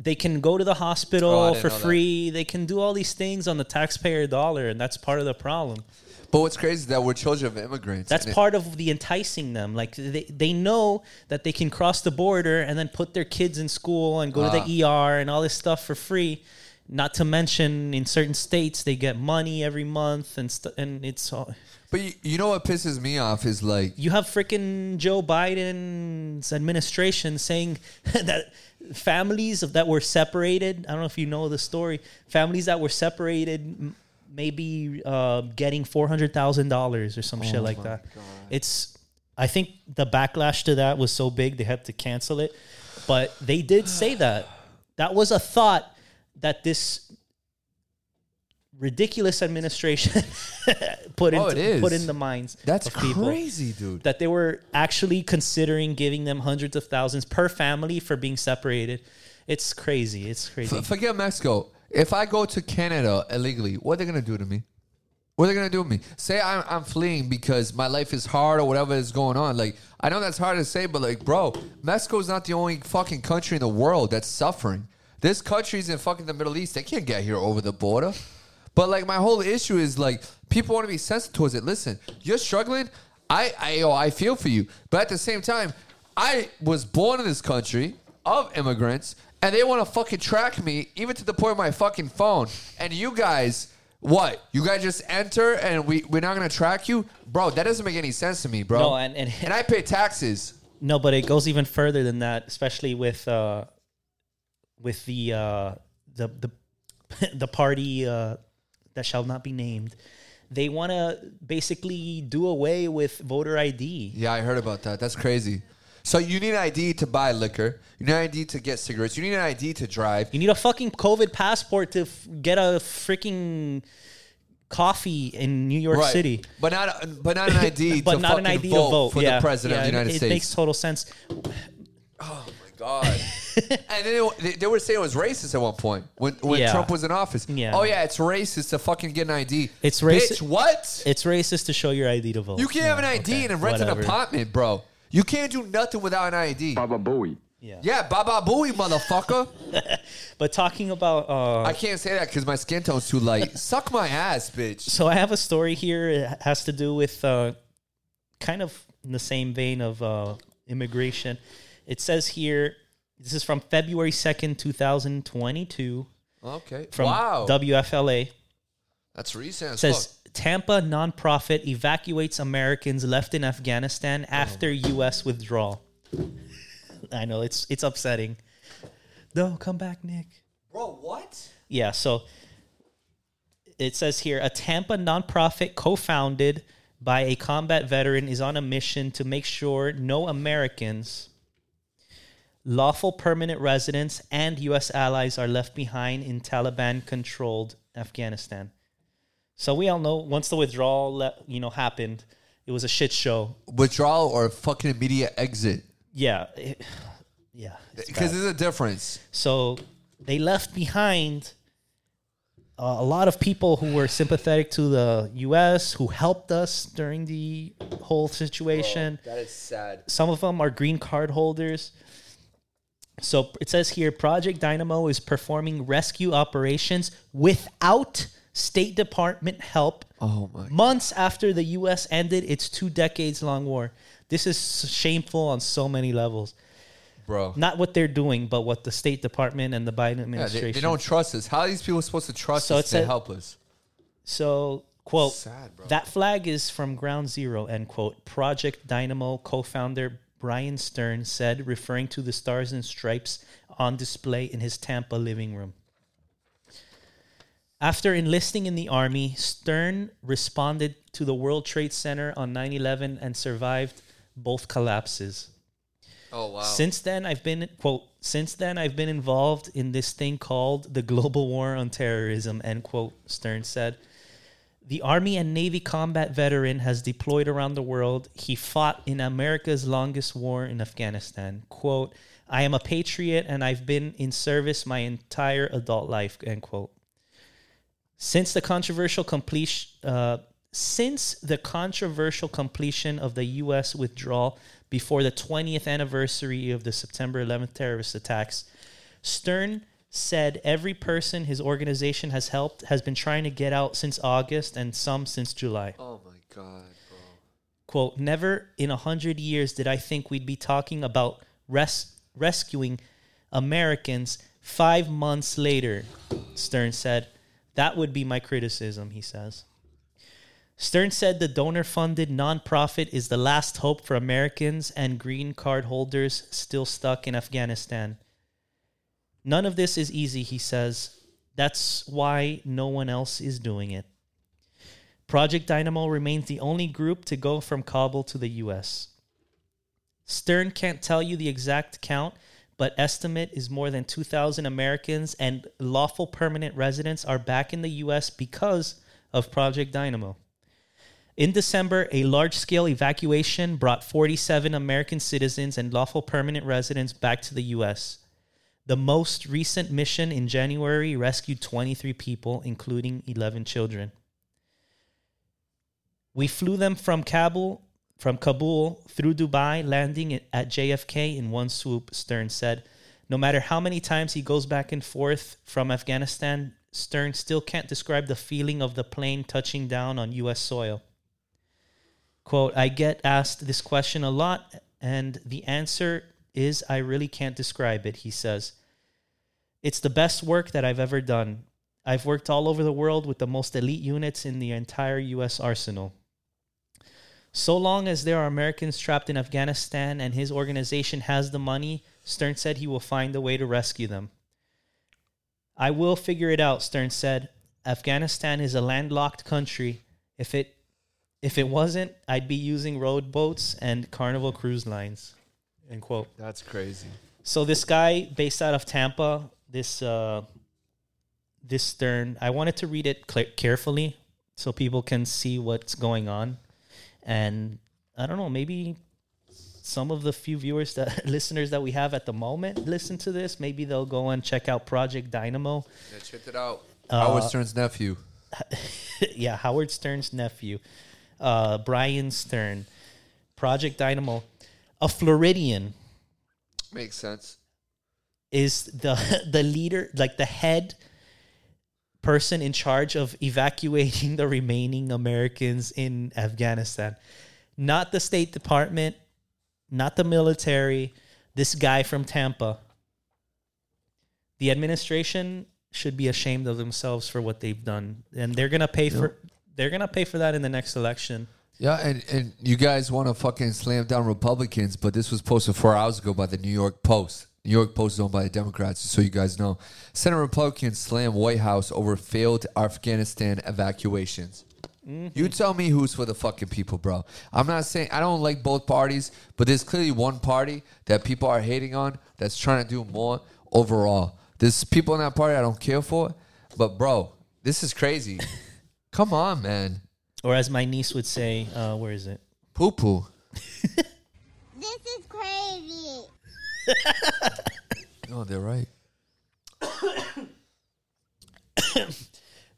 S2: They can go to the hospital
S3: Oh, I didn't
S2: for
S3: know that.
S2: free. They can do all these things on the taxpayer dollar, and that's part of the problem.
S3: But what's crazy is that we're children of immigrants.
S2: That's
S3: and it-
S2: part of the enticing them. Like they, they know that they can cross the border and then put their kids in school and go to the ER and all this stuff for free. Not to mention, in certain states, they get money every month, and st- and it's all,
S3: But you, you know what pisses me off is like,
S2: you have freaking Joe Biden's administration saying that families of, that were separated. I don't know if you know the story. Families that were separated, m- maybe uh, getting four hundred thousand dollars or
S3: Oh
S2: some shit like that. It's. I think the backlash to that was so big they had to cancel it, but they did say that that was a thought that this ridiculous administration put
S3: Oh, it
S2: into,
S3: is.
S2: put in the minds
S3: that's
S2: of people
S3: crazy, dude.
S2: that they were actually considering giving them hundreds of thousands per family for being separated. It's crazy. It's crazy.
S3: F- forget Mexico. If I go to Canada illegally, what are they gonna do to me? What are they gonna do to me? Say I'm, I'm fleeing because my life is hard or whatever is going on. Like I know that's hard to say, but like, bro, Mexico's not the only fucking country in the world that's suffering. This country's in fucking the Middle East. They can't get here over the border. But like, my whole issue is like, people want to be sensitive towards it. Listen, you're struggling. I I yo, I feel for you, but at the same time, I was born in this country of immigrants, and they want to fucking track me even to the point of my fucking phone. And you guys, what? You guys just enter and we we're not gonna track you, bro. That doesn't make any sense to me, bro.
S2: No, and- and-
S3: and I pay taxes.
S2: No, but it goes even further than that, especially with uh, with the uh, the the the party uh, that shall not be named. They want to basically do away with voter ID.
S3: Yeah, I heard about that. That's crazy. So you need an ID to buy liquor. You need an ID to get cigarettes. You need an ID to drive.
S2: You need a fucking COVID passport to f- get a freaking coffee in New York
S3: Right.
S2: City.
S3: but not but not an ID.
S2: but
S3: to
S2: not an
S3: fucking
S2: ID
S3: vote
S2: to vote
S3: for
S2: yeah.
S3: the president
S2: yeah,
S3: of
S2: it-
S3: the United
S2: it,
S3: States.
S2: makes total sense.
S3: God. and then they, they were saying it was racist at one point when, when
S2: Yeah.
S3: Trump was in office.
S2: Yeah.
S3: Oh yeah, it's racist to fucking get an ID.
S2: It's raci-
S3: Bitch, what?
S2: It's racist to show your ID to vote.
S3: you can't have an ID
S2: okay,
S3: and rent an
S2: whatever.
S3: apartment, bro. You can't do nothing without an ID.
S6: Baba Booey.
S3: Yeah, Baba Booey, motherfucker.
S2: But talking about, uh,
S3: I can't say that because my skin tone's too light. Suck my ass, bitch.
S2: so I have a story here. It has to do with uh, kind of in the same vein of uh, immigration. It says here, this is from February second, two thousand twenty-two,
S3: Okay.
S2: from
S3: wow.
S2: WFLA.
S3: That's recent. As
S2: says Tampa nonprofit evacuates Americans left in Afghanistan after U.S. withdrawal. I know it's it's upsetting. No, come back, Nick.
S3: fuck. Bro, what?
S2: Yeah, so it says here a Tampa nonprofit co founded by a combat veteran is on a mission to make sure no Americans, lawful permanent residents, and U.S. allies are left behind in Taliban controlled Afghanistan. So we all know once the withdrawal, le- you know, happened, it was a shit show.
S3: Withdrawal or fucking immediate exit?
S2: Yeah, it- yeah. it's
S3: Because there's a difference.
S2: So they left behind uh, a lot of people who were sympathetic to the U.S., who helped us during the whole situation.
S3: That is sad.
S2: Some of them are green card holders. So it says here Project Dynamo is performing rescue operations without State Department help
S3: Oh my
S2: months after the U.S. ended its two decades long war. This is shameful on so many levels
S3: bro.
S2: not what they're doing, but what the State Department and the Biden
S3: Yeah, they-
S2: administration.
S3: they, don't trust us. How are these people supposed to trust
S2: So
S3: us
S2: it's
S3: to
S2: a-
S3: help us?
S2: So, quote,
S3: Sad, bro.
S2: that flag is from ground zero, end quote. Project Dynamo co founder Brian Stern said, referring to the stars and stripes on display in his Tampa living room. After enlisting in the Army, Stern responded to the World Trade Center on 9 11 and survived both collapses.
S3: Oh wow.
S2: Since then, I've been quote. Since then, I've been involved in this thing called the global war on terrorism. End quote. Stern said. The Army and Navy combat veteran has deployed around the world. He fought in America's longest war in Afghanistan. Quote, I am a patriot and I've been in service my entire adult life, end quote. Since the controversial completion, uh, since the controversial completion of the U.S. withdrawal before the 20th anniversary of the September 11th terrorist attacks, Stern said every person his organization has helped has been trying to get out since August and some since July
S3: Oh my god, bro.
S2: quote never in a hundred years did i think we'd be talking about res- rescuing americans five months later stern said that would be my criticism he says stern said the donor-funded nonprofit is the last hope for americans and green card holders still stuck in afghanistan none of this is easy he says that's why no one else is doing it Project Dynamo remains the only group to go from Kabul to the US. Stern can't tell you the exact count, but estimate is more than 2,000 Americans and lawful permanent residents are back in the US because of Project Dynamo. In December, a large scale evacuation brought 47 American citizens and lawful permanent residents back to the US. The most recent mission in January rescued 23 people, including 11 children. We flew them from Kabul, from Kabul through Dubai, landing at- at JFK in one swoop, Stern said. No matter how many times he goes back and forth from Afghanistan, Stern still can't describe the feeling of the plane touching down on US soil. Quote, I get asked this question a lot, and the answer is I really can't describe it, he says. It's the best work that I've ever done. I've worked all over the world with the most elite units in the entire US arsenal. So long as there are Americans trapped in Afghanistan and his organization has the money, Stern said he will find a way to rescue them. I will figure it out, Stern said. Afghanistan is a landlocked country. If it if it wasn't, I'd be using roadboats and carnival cruise lines. End quote.
S3: That's crazy.
S2: So this guy based out of Tampa, this uh, this Stern, I wanted to read it cl- carefully so people can see what's going on, and I don't know, maybe some of the few viewers that listeners that we have at the moment listen to this. Maybe they'll go and check out Project Dynamo.
S3: Yeah, check it out. Howard
S2: Uh,
S3: Stern's nephew.
S2: yeah, Howard Stern's nephew, uh, Brian Stern, Project Dynamo, a Floridian.
S3: Makes sense.
S2: is the the leader like the head person in charge of evacuating the remaining Americans in Afghanistan not the state department not the military this guy from Tampa the administration should be ashamed of themselves for what they've done and they're going to pay for they're going to pay for that in the next election
S3: Yeah, and, and you guys want to fucking slam down Republicans, but this was posted four hours ago by the New York Post. New York Post is owned by the Democrats, just so you guys know. Senate Republicans slam White House over failed Afghanistan evacuations. You tell me who's for the fucking people, bro. I'm not saying I don't like both parties, but there's clearly one party that people are hating on that's trying to do more overall. There's people in that party I don't care for, but bro, this is crazy. Come on, man.
S2: or as my niece would say uh, where is it
S3: Poo poo.
S6: This is crazy.
S3: No, Oh, they're right.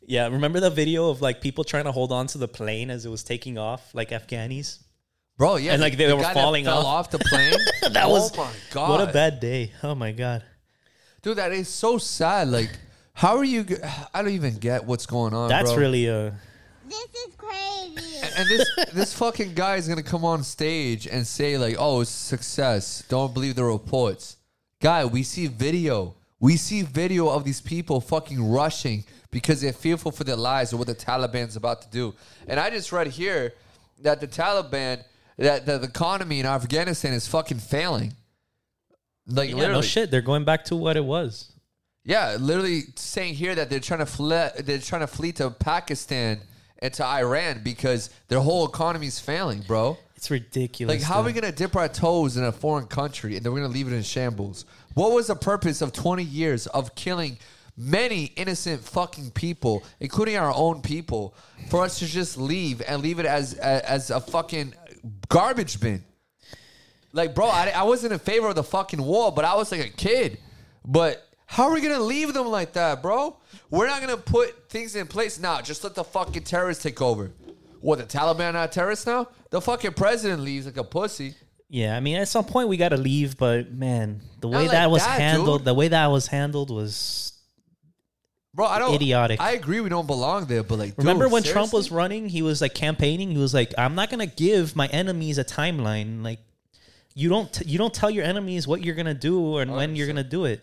S2: Yeah, remember the video of like people trying to hold on to the plane as it was taking off, like Afghanis?
S3: Bro, yeah.
S2: And, like, they
S3: the
S2: were
S3: guy
S2: falling
S3: that fell
S2: off.
S3: off. the plane.
S2: That
S3: oh
S2: was
S3: my god.
S2: What a bad day. Oh my god.
S3: Dude, that is so sad. Like how are you g- I don't even get what's going on,
S2: That's
S3: bro.
S2: really uh
S6: This is crazy.
S3: And this this fucking guy is going to come on stage and say like, "Oh, it's success. Don't believe the reports." Guy, we see video. We see video of these people fucking rushing because they're fearful for their lives or what the Taliban's about to do. And I just read here that the Taliban that, that the economy in Afghanistan is fucking failing. Like
S2: yeah,
S3: literally.
S2: no shit. They're going back to what it was.
S3: Yeah, literally saying here that they're trying to flee. They're trying to flee to Pakistan and to Iran because their whole economy's failing, bro.
S2: It's ridiculous.
S3: Like, how are we
S2: dude.
S3: gonna dip our toes in a foreign country and then we're gonna leave it in shambles? What was the purpose of 20 years of killing many innocent fucking people, including our own people, for us to just leave and leave it as as a fucking garbage bin? Like, bro, I, I wasn't in favor of the fucking war, but I was like a kid. But How are we gonna leave them like that, bro? We're not gonna put things in place now. Just let the fucking terrorists take over. What the Taliban are terrorists now? The fucking president leaves like a pussy.
S2: Yeah, I mean, at some point we got to leave, but man, the way
S3: like
S2: that was
S3: that,
S2: handled,
S3: dude.
S2: the way that was handled was.
S3: Bro, I don't
S2: Idiotic.
S3: I agree we don't belong there, but like dude,
S2: Remember when Trump
S3: seriously?
S2: was running? He was like campaigning. He was like, "I'm not gonna give my enemies a timeline. Like, you don't t- you don't tell your enemies what you're gonna do and when you're gonna do it."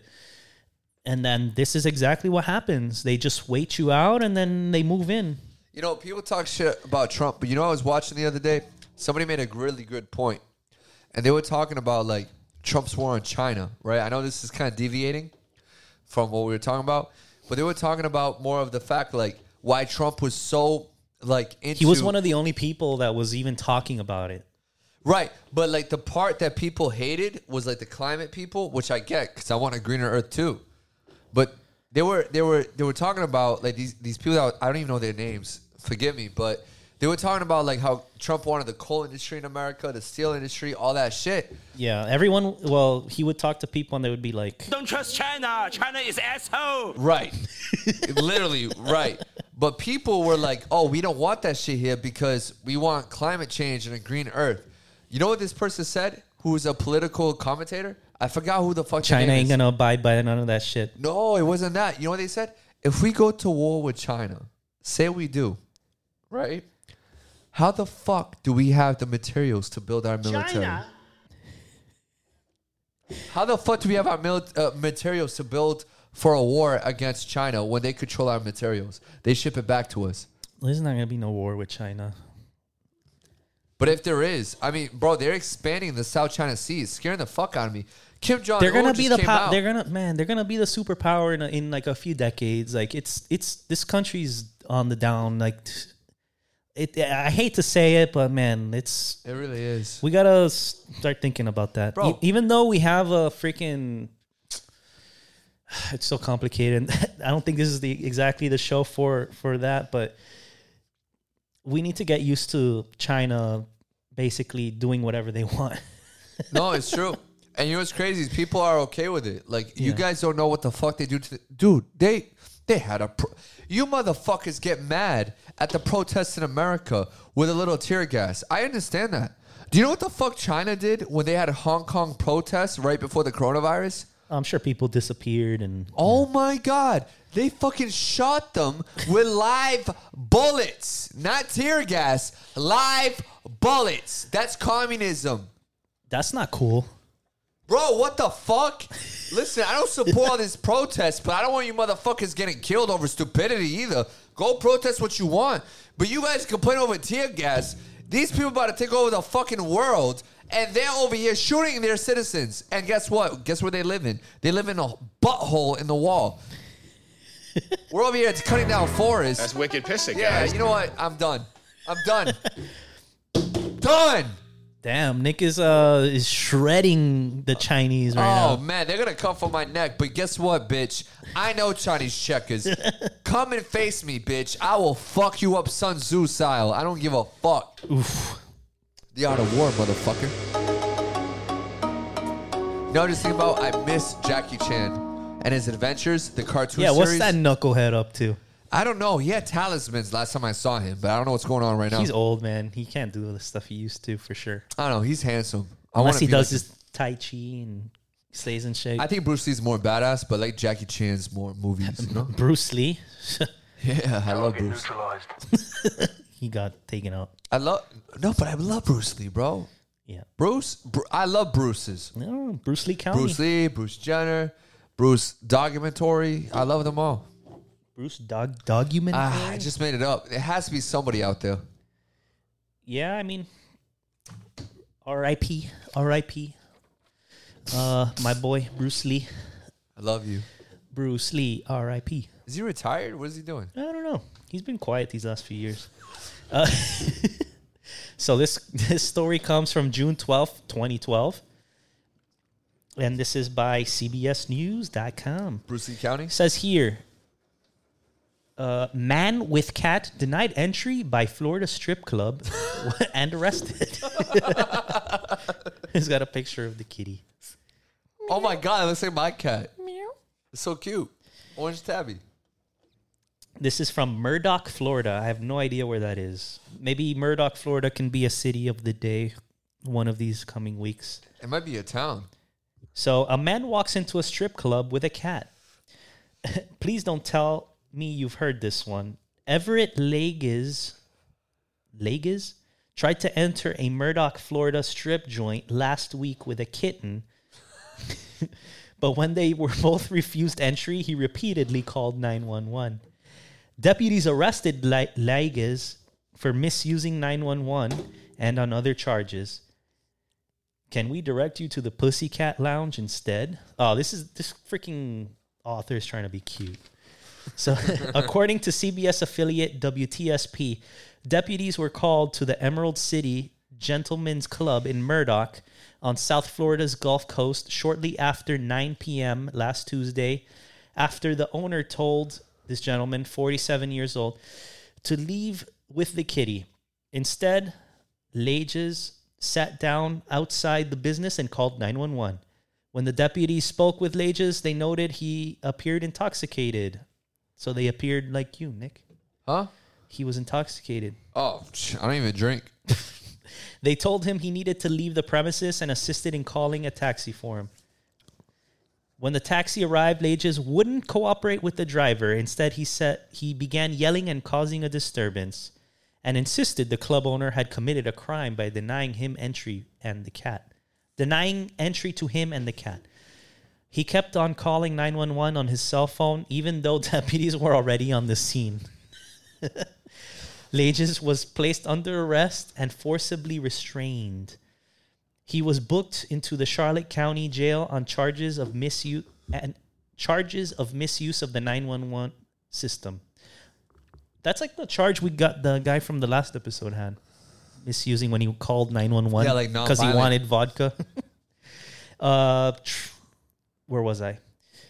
S2: And then this is exactly what happens. They just wait you out and then they move in.
S3: You know, people talk shit about Trump, but you know, I was watching the other day. Somebody made a really good point, and they were talking about like Trump's war on China, right? I know this is kind of deviating from what we were talking about, but they were talking about more of the fact like why Trump was so like into
S2: He was one of the only people that was even talking about it.
S3: right, but like the part that people hated was like the climate people, which I get because I want a greener Earth too, but they were they were they were talking about like these these people that I don't even know their names. Forgive me, but they were talking about like how Trump wanted the coal industry in America, the steel industry, all that shit.
S2: Yeah, everyone. Well, he would talk to people and they would be like,
S8: Don't trust China. China is asshole.
S3: Right. Literally, right. But people were like, "Oh, we don't want that shit here because we want climate change and a green earth." You know what this person said? Who's a political commentator? I forgot who the fuck. their
S2: "China
S3: name
S2: ain't
S3: is.
S2: gonna abide by none of that shit."
S3: No, it wasn't that. You know what they said? If we go to war with China, say we do, right? How the fuck do we have the materials to build our military? How the fuck do we have our mil- uh, materials to build for a war against China when they control our materials? They ship it back to us.
S2: There's not gonna be no war with China.
S3: But if there is, I mean, bro, they're expanding the South China Sea. It's scaring the fuck out of me. Kim Jong.
S2: they're gonna
S3: Un
S2: be
S3: just
S2: the
S3: came
S2: pow-
S3: out.
S2: they're gonna man they're gonna be the superpower in, a, in like a few decades like it's it's this country's on the down like t- it i hate to say it but man it's
S3: It really is.
S2: we gotta s- start thinking about that
S3: Bro.
S2: E- even though we have a freaking it's so complicated i don't think this is the exactly the show for for that but we need to get used to china basically doing whatever they want
S3: No, it's true. And you know what's crazy is people are okay with it. Like you guys don't know what the fuck they do to the, dude. They they had a pro- you motherfuckers get mad at the protests in America with a little tear gas. I understand that. Do you know what the fuck China did when they had Hong Kong protests right before the coronavirus?
S2: i'm sure people disappeared and
S3: Oh my god. They fucking shot them with live bullets, not tear gas, live bullets. That's communism.
S2: that's not cool
S3: Bro, what the fuck? Listen, I don't support all this protest, but I don't want you motherfuckers getting killed over stupidity either. Go protest what you want. But you guys complain over tear gas. These people about to take over the fucking world, and they're over here shooting their citizens. And guess what? Guess where they live in? They live in a butthole in the wall. We're over here cutting down forests.
S1: That's wicked pissing,
S3: yeah,
S1: guys.
S3: you know what? I'm done. I'm done. done.
S2: Damn, Nick is uh is shredding the Chinese right
S3: Oh
S2: now.
S3: man, they're gonna come for my neck. But guess what, bitch? I know Chinese checkers. come and face me, bitch. I will fuck you up, Sun Tzu style. I don't give a fuck. Oof. The art of war, motherfucker. You know, what I'm just thinking about. I miss Jackie Chan and his adventures, the cartoon
S2: Yeah, what's
S3: series.
S2: that knucklehead up to?
S3: I don't know. He had talismans last time I saw him, but I don't know what's going on right now.
S2: He's old man. He can't do the stuff he used to for sure.
S3: I don't know. He's handsome. I
S2: Unless
S3: wanna
S2: he
S3: be
S2: does
S3: like-
S2: his tai chi and stays in shape.
S3: I think Bruce Lee's more badass, but like Jackie Chan's more movies. You know?
S2: Bruce Lee,
S3: yeah, I love Bruce.
S2: he got taken out.
S3: I love no, but I love Bruce Lee, bro.
S2: Yeah.
S3: Bruce, Bru I love Bruce's.
S2: No, Bruce Lee County.
S3: Bruce
S2: Bruce,
S3: Lee, Bruce Jenner, Bruce documentary. I love them all.
S2: Dog Dogument.
S3: Ah, I just made it up. It has to be somebody out there.
S2: yeah, I mean R.I.P. R.I.P. Uh my boy Bruce Lee.
S3: I love you.
S2: Bruce Lee R.I.P.
S3: Is he retired? What is he doing?
S2: I don't know. He's been quiet these last few years. Uh, so this this story comes from June twelfth, 2012. And this is by cbsnews.com.
S3: Bruce Lee County.
S2: It says here, uh, man with cat denied entry by Florida strip club and arrested. He's got a picture of the kitty.
S3: Oh my god, it looks like my cat. It's so cute. Orange tabby.
S2: This is from Murdoch, Florida. I have no idea where that is. Maybe Murdoch, Florida can be a city of the day one of these coming weeks.
S3: It might be a town.
S2: So a man walks into a strip club with a cat. Please don't tell me you've heard this one. Everett Lages Lages tried to enter a Murdoch, Florida strip joint last week with a kitten. but when they were both refused entry, he repeatedly called 911. Deputies arrested La- Lages for misusing 911 and on other charges. Can we direct you to the Pussycat Lounge instead? Oh, this is this freaking author is trying to be cute. So, according to CBS affiliate WTSP, deputies were called to the Emerald City Gentlemen's Club in Murdoch on South Florida's Gulf Coast shortly after 9 p.m. last Tuesday, after the owner told this gentleman, 47 years old, to leave with the kitty. Instead, Lages sat down outside the business and called 911. When the deputies spoke with Lages, they noted he appeared intoxicated. So they appeared like you, Nick.
S3: Huh?
S2: He was intoxicated.
S3: Oh, psh, I don't even drink.
S2: They told him he needed to leave the premises and assisted in calling a taxi for him. When the taxi arrived, Lages wouldn't cooperate with the driver. Instead, he said he began yelling and causing a disturbance and insisted the club owner had committed a crime by denying him entry and the cat. Denying entry to him and the cat. He kept on calling 911 on his cell phone, even though deputies were already on the scene. Lages was placed under arrest and forcibly restrained. He was booked into the Charlotte County Jail on charges of misuse and charges of misuse of the 911 system. That's like the charge we got the guy from the last episode had. Misusing when he called 911
S3: Yeah, like
S2: because he
S3: nonviolent.
S2: wanted vodka. uh tr- where was I?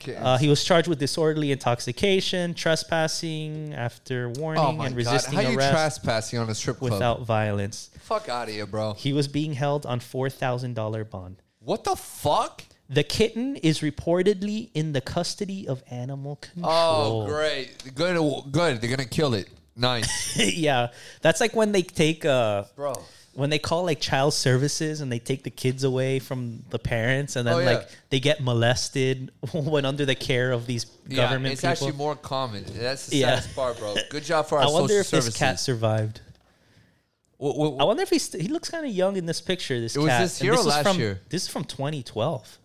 S3: Kittens.
S2: Uh, he was charged with disorderly intoxication, trespassing after warning,
S3: oh my
S2: and
S3: god!
S2: resisting
S3: How you
S2: arrest
S3: trespassing on a strip club?
S2: without violence.
S3: Fuck out of here, bro.
S2: He was being held on $4,000 bond.
S3: What the fuck?
S2: The kitten is reportedly in the custody of animal control.
S3: Oh, great. Good. Good. They're gonna kill it. Nice,
S2: yeah. That's like when they take uh
S3: bro.
S2: when they call like child services and they take the kids away from the parents and then
S3: Oh, yeah.
S2: like they get molested when under the care of these
S3: Yeah,
S2: government
S3: it's
S2: people.
S3: actually more common. That's the
S2: Yeah.
S3: saddest part, bro. Good job for our
S2: I wonder
S3: social
S2: if
S3: services.
S2: this cat survived.
S3: Wha- wha-
S2: I wonder if he st- he looks kind of young in this picture. This
S3: It was
S2: cat.
S3: this
S2: And
S3: year or
S2: was
S3: last
S2: from,
S3: year?
S2: This is from 2012.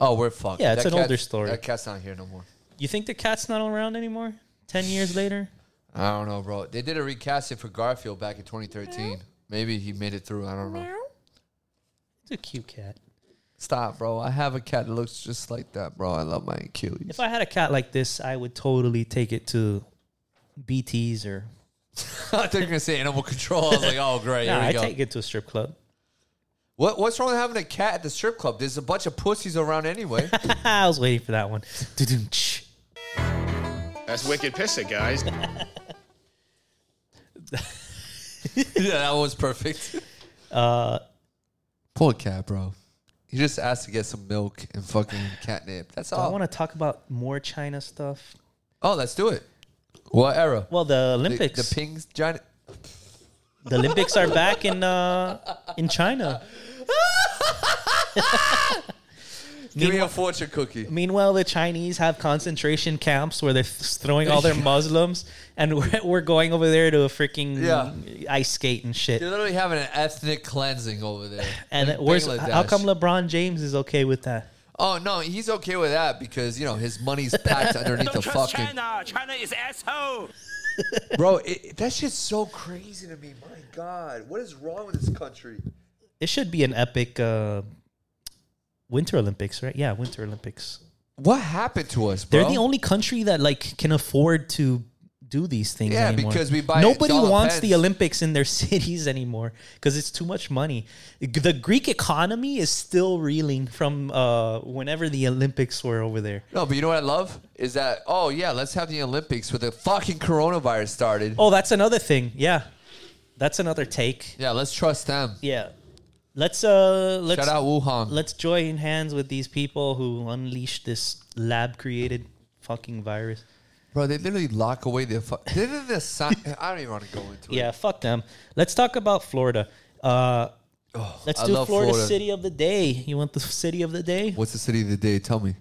S3: oh, we're fucked.
S2: Yeah, it's an older
S3: cat's-
S2: story.
S3: That cat's not here no more.
S2: You think the cat's not around anymore? Ten years later.
S3: I don't know, bro. They did a recasting for Garfield back in 2013. Maybe he made it through. I don't know.
S2: It's a cute cat.
S3: Stop, bro. I have a cat that looks just like that, bro. I love my Achilles.
S2: If I had a cat like this, I would totally take it to BT's or
S3: I thought you were gonna say animal control. I was like, oh great,
S2: Nah,
S3: here we
S2: I
S3: go.
S2: take it to a strip club.
S3: What, what's wrong with having a cat at the strip club? There's a bunch of pussies around anyway.
S2: I was waiting for that one. Doo-doo-tsh.
S1: That's wicked pissing, guys.
S3: yeah, that was perfect. Uh, Poor cat, bro. He just asked to get some milk and fucking catnip. That's
S2: I
S3: all.
S2: want to talk about more China stuff.
S3: oh, let's do it. What era?
S2: Well, the
S3: the,
S2: Olympics. The,
S3: the ping's giant.
S2: Olympics are back in uh, in China.
S3: Give me a fortune cookie.
S2: Meanwhile, the Chinese have concentration camps where they're th- throwing all their Muslims, and we're, we're going over there to a freaking
S3: Yeah.
S2: ice skate and shit.
S3: You're literally having an ethnic cleansing over there.
S2: And
S3: In
S2: where's
S3: Bangladesh.
S2: how come LeBron James is okay with that?
S3: Oh no, he's okay with that because you know his money's packed underneath the
S8: Don't trust
S3: fucking.
S8: China. China is asshole.
S3: Bro, it, that shit's so crazy to me. My God, what is wrong with this country?
S2: It should be an epic uh, Winter Olympics, right? Yeah, Winter Olympics.
S3: What happened to us, bro?
S2: They're the only country that like can afford to do these things.
S3: Yeah,
S2: anymore.
S3: because we buy
S2: Nobody
S3: dollar
S2: wants
S3: pens.
S2: the Olympics in their cities anymore because it's too much money. The Greek economy is still reeling from uh, whenever the Olympics were over there.
S3: no, but you know what I love is that. Oh yeah, let's have the Olympics where the fucking coronavirus started.
S2: Oh, that's another thing. Yeah, that's another take.
S3: Yeah, let's trust them.
S2: Yeah, let's uh, let's
S3: Shout out Wuhan.
S2: let's join hands with these people who unleashed this lab created fucking virus.
S3: Bro, they literally lock away their. Fu- they didn't assign. I don't even want to go into it.
S2: Yeah, fuck them. Let's talk about Florida. Uh, let's
S3: Oh, I
S2: do
S3: love
S2: Florida,
S3: Florida.
S2: city of the day. You want the city of the day?
S3: What's the city of the day? Tell me.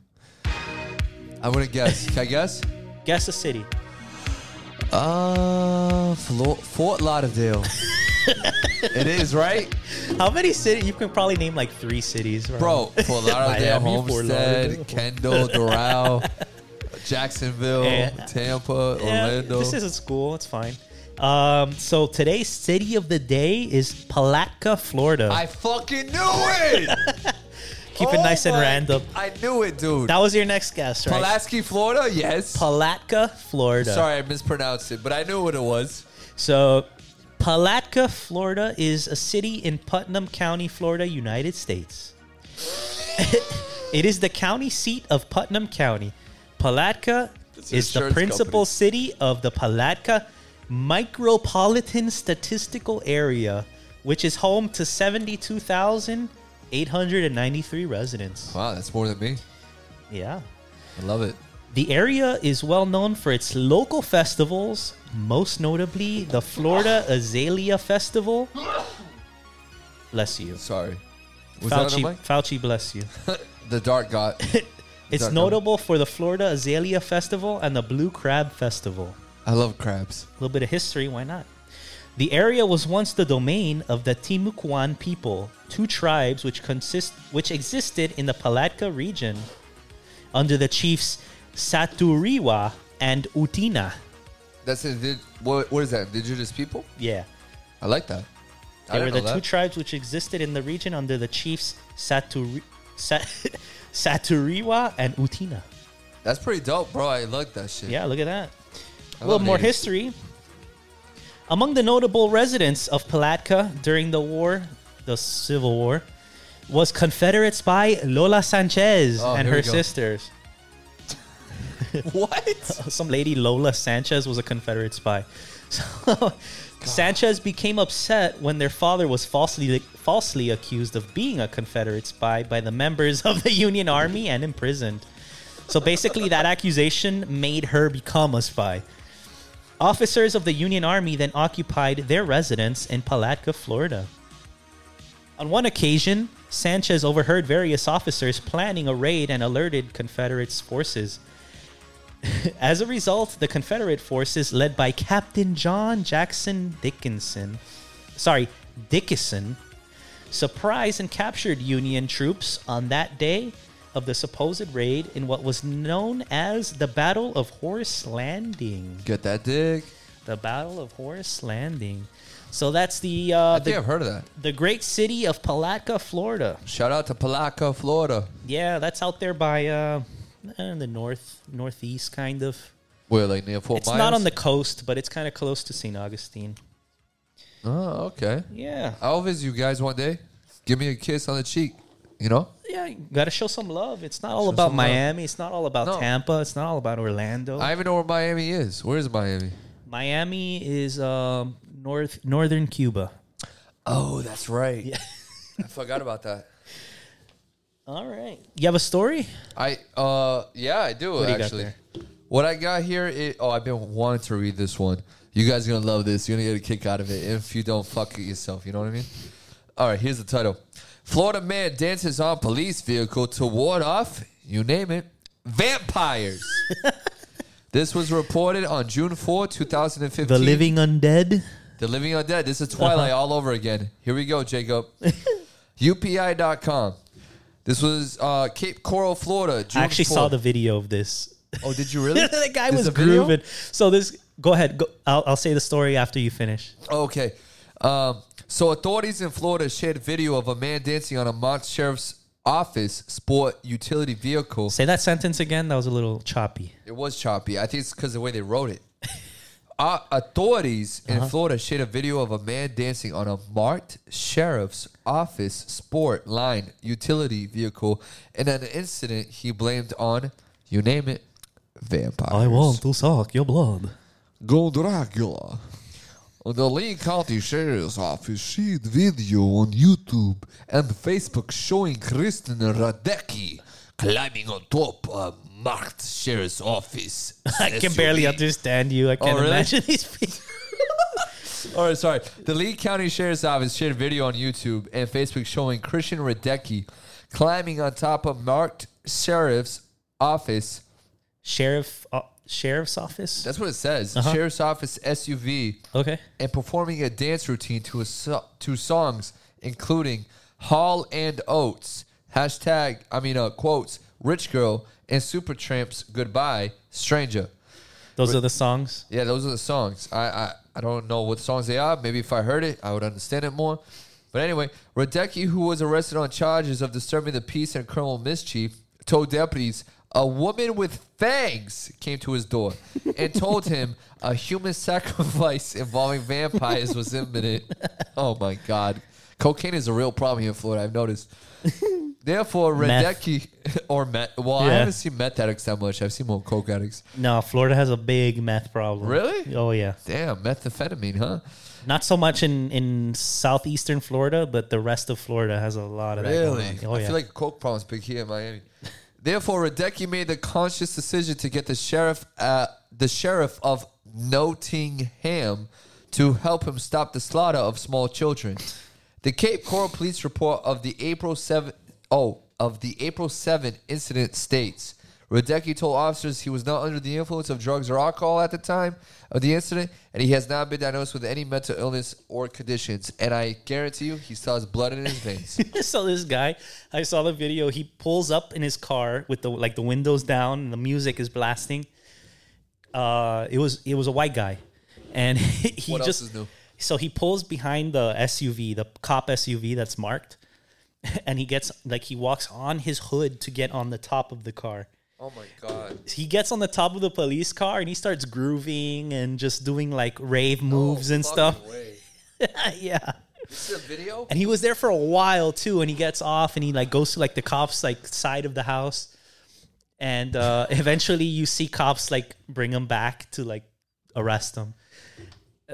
S3: I'm gonna guess. Can I guess?
S2: Guess a city.
S3: Uh, Flo- Fort Lauderdale. it is right,
S2: How many cities? You can probably name like three cities, right?
S3: bro. Fort Lauderdale,
S2: Miami, Fort
S3: Homestead,
S2: Lauderdale.
S3: Kendall, Doral, Jacksonville,
S2: Yeah.
S3: Tampa,
S2: Yeah,
S3: Orlando.
S2: This isn't school. It's fine. Um, so today's city of the day is Palatka, Florida.
S3: I fucking knew it.
S2: Keep it
S3: Oh
S2: nice and
S3: my-
S2: random.
S3: I knew it, dude.
S2: That was your next guess, right?
S3: Pulaski, Florida. Yes.
S2: Palatka, Florida.
S3: Sorry, I mispronounced it, but I knew what it was.
S2: So, Palatka, Florida is a city in Putnam County, Florida, United States. it is the county seat of Putnam County. Palatka
S3: It's an
S2: is the
S3: insurance
S2: principal
S3: company.
S2: city of the Palatka Micropolitan Statistical Area, which is home to 72,893 residents.
S3: Wow, that's more than me.
S2: Yeah.
S3: I love it.
S2: The area is well known for its local festivals, most notably the Florida Azalea Festival. Bless you.
S3: Sorry. Was that on
S2: Fauci,
S3: the mic?
S2: Fauci, bless you.
S3: The dark god.
S2: It's
S3: Dark
S2: notable for the Florida Azalea Festival and the Blue Crab Festival.
S3: I love crabs.
S2: A little bit of history, why not? The area was once the domain of the Timucuan people, two tribes which consist which existed in the Palatka region under the chiefs Saturiwa and Utina.
S3: That's it. What, what is that? Indigenous people?
S2: Yeah.
S3: I like that. I
S2: They were
S3: didn't
S2: the
S3: know
S2: two
S3: that.
S2: tribes which existed in the region under the chiefs Saturi- Sa- Saturiwa and Utina.
S3: That's pretty dope, bro. I like that shit.
S2: Yeah, look at that.
S3: I
S2: A little
S3: love
S2: more
S3: natives.
S2: history. Among the notable residents of Palatka during the war, the Civil War, was Confederate spy Lola Sanchez
S3: Oh,
S2: and
S3: here
S2: her
S3: we go.
S2: sisters.
S3: What?
S2: some lady Lola Sanchez was a Confederate spy. So Sanchez became upset when their father was falsely falsely accused of being a Confederate spy by the members of the Union Army and imprisoned. So basically that accusation made her become a spy. Officers of the Union Army then occupied their residence in Palatka, Florida. On one occasion, Sanchez overheard various officers planning a raid and alerted Confederate forces. As a result, the Confederate forces, led by Captain John Jackson Dickinson, sorry, Dickinson, surprised and captured Union troops on that day of the supposed raid in what was known as the Battle of Horse Landing.
S3: Get that dick.
S2: The Battle of Horse Landing. So that's the
S3: I
S2: uh,
S3: think
S2: the,
S3: I've heard of that.
S2: the great city of Palatka, Florida.
S3: Shout out to Palatka, Florida.
S2: Yeah, that's out there by uh, in the north northeast kind of.
S3: Where, like near Fort
S2: It's
S3: Myers?
S2: not on the coast, but it's kind of close to St. Augustine.
S3: Oh, okay.
S2: Yeah.
S3: I'll visit you guys one day. Give me a kiss on the cheek. You know?
S2: Yeah, you got to show some love. It's not all
S3: Show
S2: about
S3: some love.
S2: Miami. It's not all about
S3: No.
S2: Tampa. It's not all about Orlando.
S3: I even know where Miami is. Where is Miami?
S2: Miami is um, north northern Cuba.
S3: Oh, that's right. I forgot about that.
S2: All right. You have a story?
S3: I uh yeah, I do
S2: do you got
S3: actually. what I got here is oh, I've been wanting to read this one. You guys are gonna love this. You're gonna get a kick out of it if you don't fuck it yourself. You know what I mean? All right, here's the title: Florida man dances on police vehicle to ward off you name it vampires. this was reported on June 4, 2015.
S2: The living undead.
S3: The Living Undead. This is
S2: Uh-huh.
S3: Twilight all over again. Here we go, Jacob. UPI.com. This was uh, Cape Coral, Florida. June
S2: I actually
S3: 4th.
S2: saw the video of this.
S3: Oh, did you really?
S2: the guy
S3: This
S2: was
S3: a video?
S2: grooving. So this, go ahead. Go, I'll, I'll say the story after you finish.
S3: Okay. Um, so authorities in Florida shared video of a man dancing on a Mont Sheriff's office sport utility vehicle.
S2: Say that sentence again. That was a little choppy.
S3: It was choppy. I think it's because the way they wrote it. Uh, authorities in Florida shared a video of a man dancing on a marked sheriff's office sport line utility vehicle in an incident he blamed on, you name it, vampires.
S2: to suck your blood.
S3: Go Dracula. The Lee County Sheriff's Office shared video on YouTube and Facebook showing Kristen Radecki climbing on top of Mart Sheriff's office.
S2: I can barely
S3: SUV.
S2: understand you. I can't
S3: Oh, really?
S2: imagine these people.
S3: All right, sorry. The Lee County Sheriff's Office shared a video on YouTube and Facebook showing Christian Radecki climbing on top of Mart Sheriff's office.
S2: Sheriff, uh, sheriff's office.
S3: That's what it says.
S2: Uh-huh.
S3: Sheriff's office SUV
S2: Okay.
S3: and performing a dance routine to a so- to songs including Hall and Oates hashtag I mean uh, quotes Rich Girl and Supertramp's Goodbye Stranger.
S2: Those are the songs.
S3: Yeah, those are the songs. I, I I don't know what songs they are. Maybe if I heard it, I would understand it more. But anyway, Radecki, who was arrested on charges of disturbing the peace and criminal mischief, told deputies a woman with fangs came to his door and told him a human sacrifice involving vampires was imminent. Oh my God. Cocaine is a real problem here in Florida, I've noticed. Therefore,
S2: Meth.
S3: Radecki, or meth, well, I
S2: Yeah.
S3: haven't seen meth addicts that much. I've seen more coke addicts.
S2: No, Florida has a big meth problem.
S3: Really?
S2: Oh yeah.
S3: Damn, methamphetamine, huh?
S2: Not so much in in southeastern Florida, but the rest of Florida has a lot of that. going
S3: Really?
S2: on. Oh
S3: I
S2: yeah.
S3: feel like coke problem's big here in Miami. Therefore, Radecki made the conscious decision to get the sheriff, uh, the sheriff of Nottingham, to help him stop the slaughter of small children. The Cape Coral Police report of the April 7 oh, of the April 7 incident states Radecki told officers he was not under the influence of drugs or alcohol at the time of the incident, and he has not been diagnosed with any mental illness or conditions. And I guarantee you, he still has blood in his veins.
S2: so this guy, I saw the video. He pulls up in his car with the like the windows down and the music is blasting. Uh, it was it was a white guy, and he
S3: What else
S2: just
S3: is new?
S2: so he pulls behind the SUV, the cop SUV that's marked, and he gets like he walks on his hood to get on the top of the car.
S3: Oh my god.
S2: he gets on the top of the police car and he starts grooving and just doing like
S3: Oh,
S2: rave moves and stuff. yeah.
S3: This a video?
S2: And he was there for a while too and he gets off and he like goes to like the cops like side of the house. And uh eventually you see cops like bring him back to like arrest him.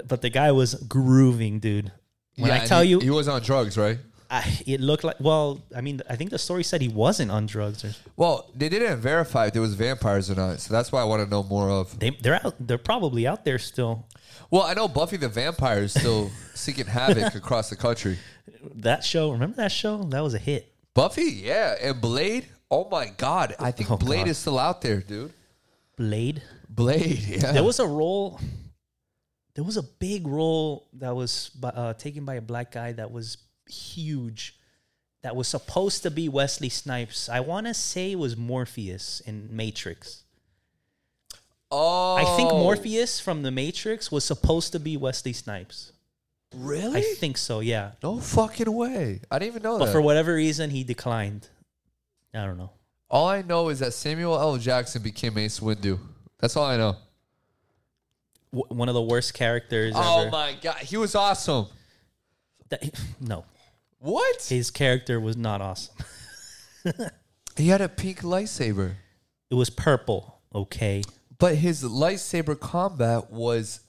S2: But the guy was grooving, dude. When I tell you,
S3: he was on drugs, right?
S2: I, it looked like well, I mean, I think the story said he wasn't on drugs or
S3: Well, they didn't verify if there was vampires or not, so that's why I want to know more of.
S2: they they're out they're probably out there still.
S3: Well, I know Buffy the Vampire is still seeking havoc across the country.
S2: That show, remember that show? That was a hit.
S3: Buffy, yeah, and Blade. Oh my god, I think
S2: Oh,
S3: Blade
S2: God.
S3: is still out there, dude.
S2: Blade.
S3: Blade, yeah.
S2: There was a role. There was a big role that was bu- uh, taken by a black guy that was huge. That was supposed to be Wesley Snipes. I want to say it was Morpheus in Matrix.
S3: oh,
S2: I think Morpheus from the Matrix was supposed to be Wesley Snipes.
S3: Really?
S2: I think so, yeah.
S3: no fucking way. I didn't even know
S2: But
S3: that.
S2: for whatever reason, he declined. I don't know.
S3: all I know is that Samuel L. Jackson became Ace Windu. That's all I know.
S2: W- one of the worst characters
S3: Oh
S2: ever.
S3: my god, he was awesome.
S2: That- no,
S3: What?
S2: his character was not awesome.
S3: He had a pink lightsaber.
S2: It was purple, okay?
S3: But his lightsaber combat was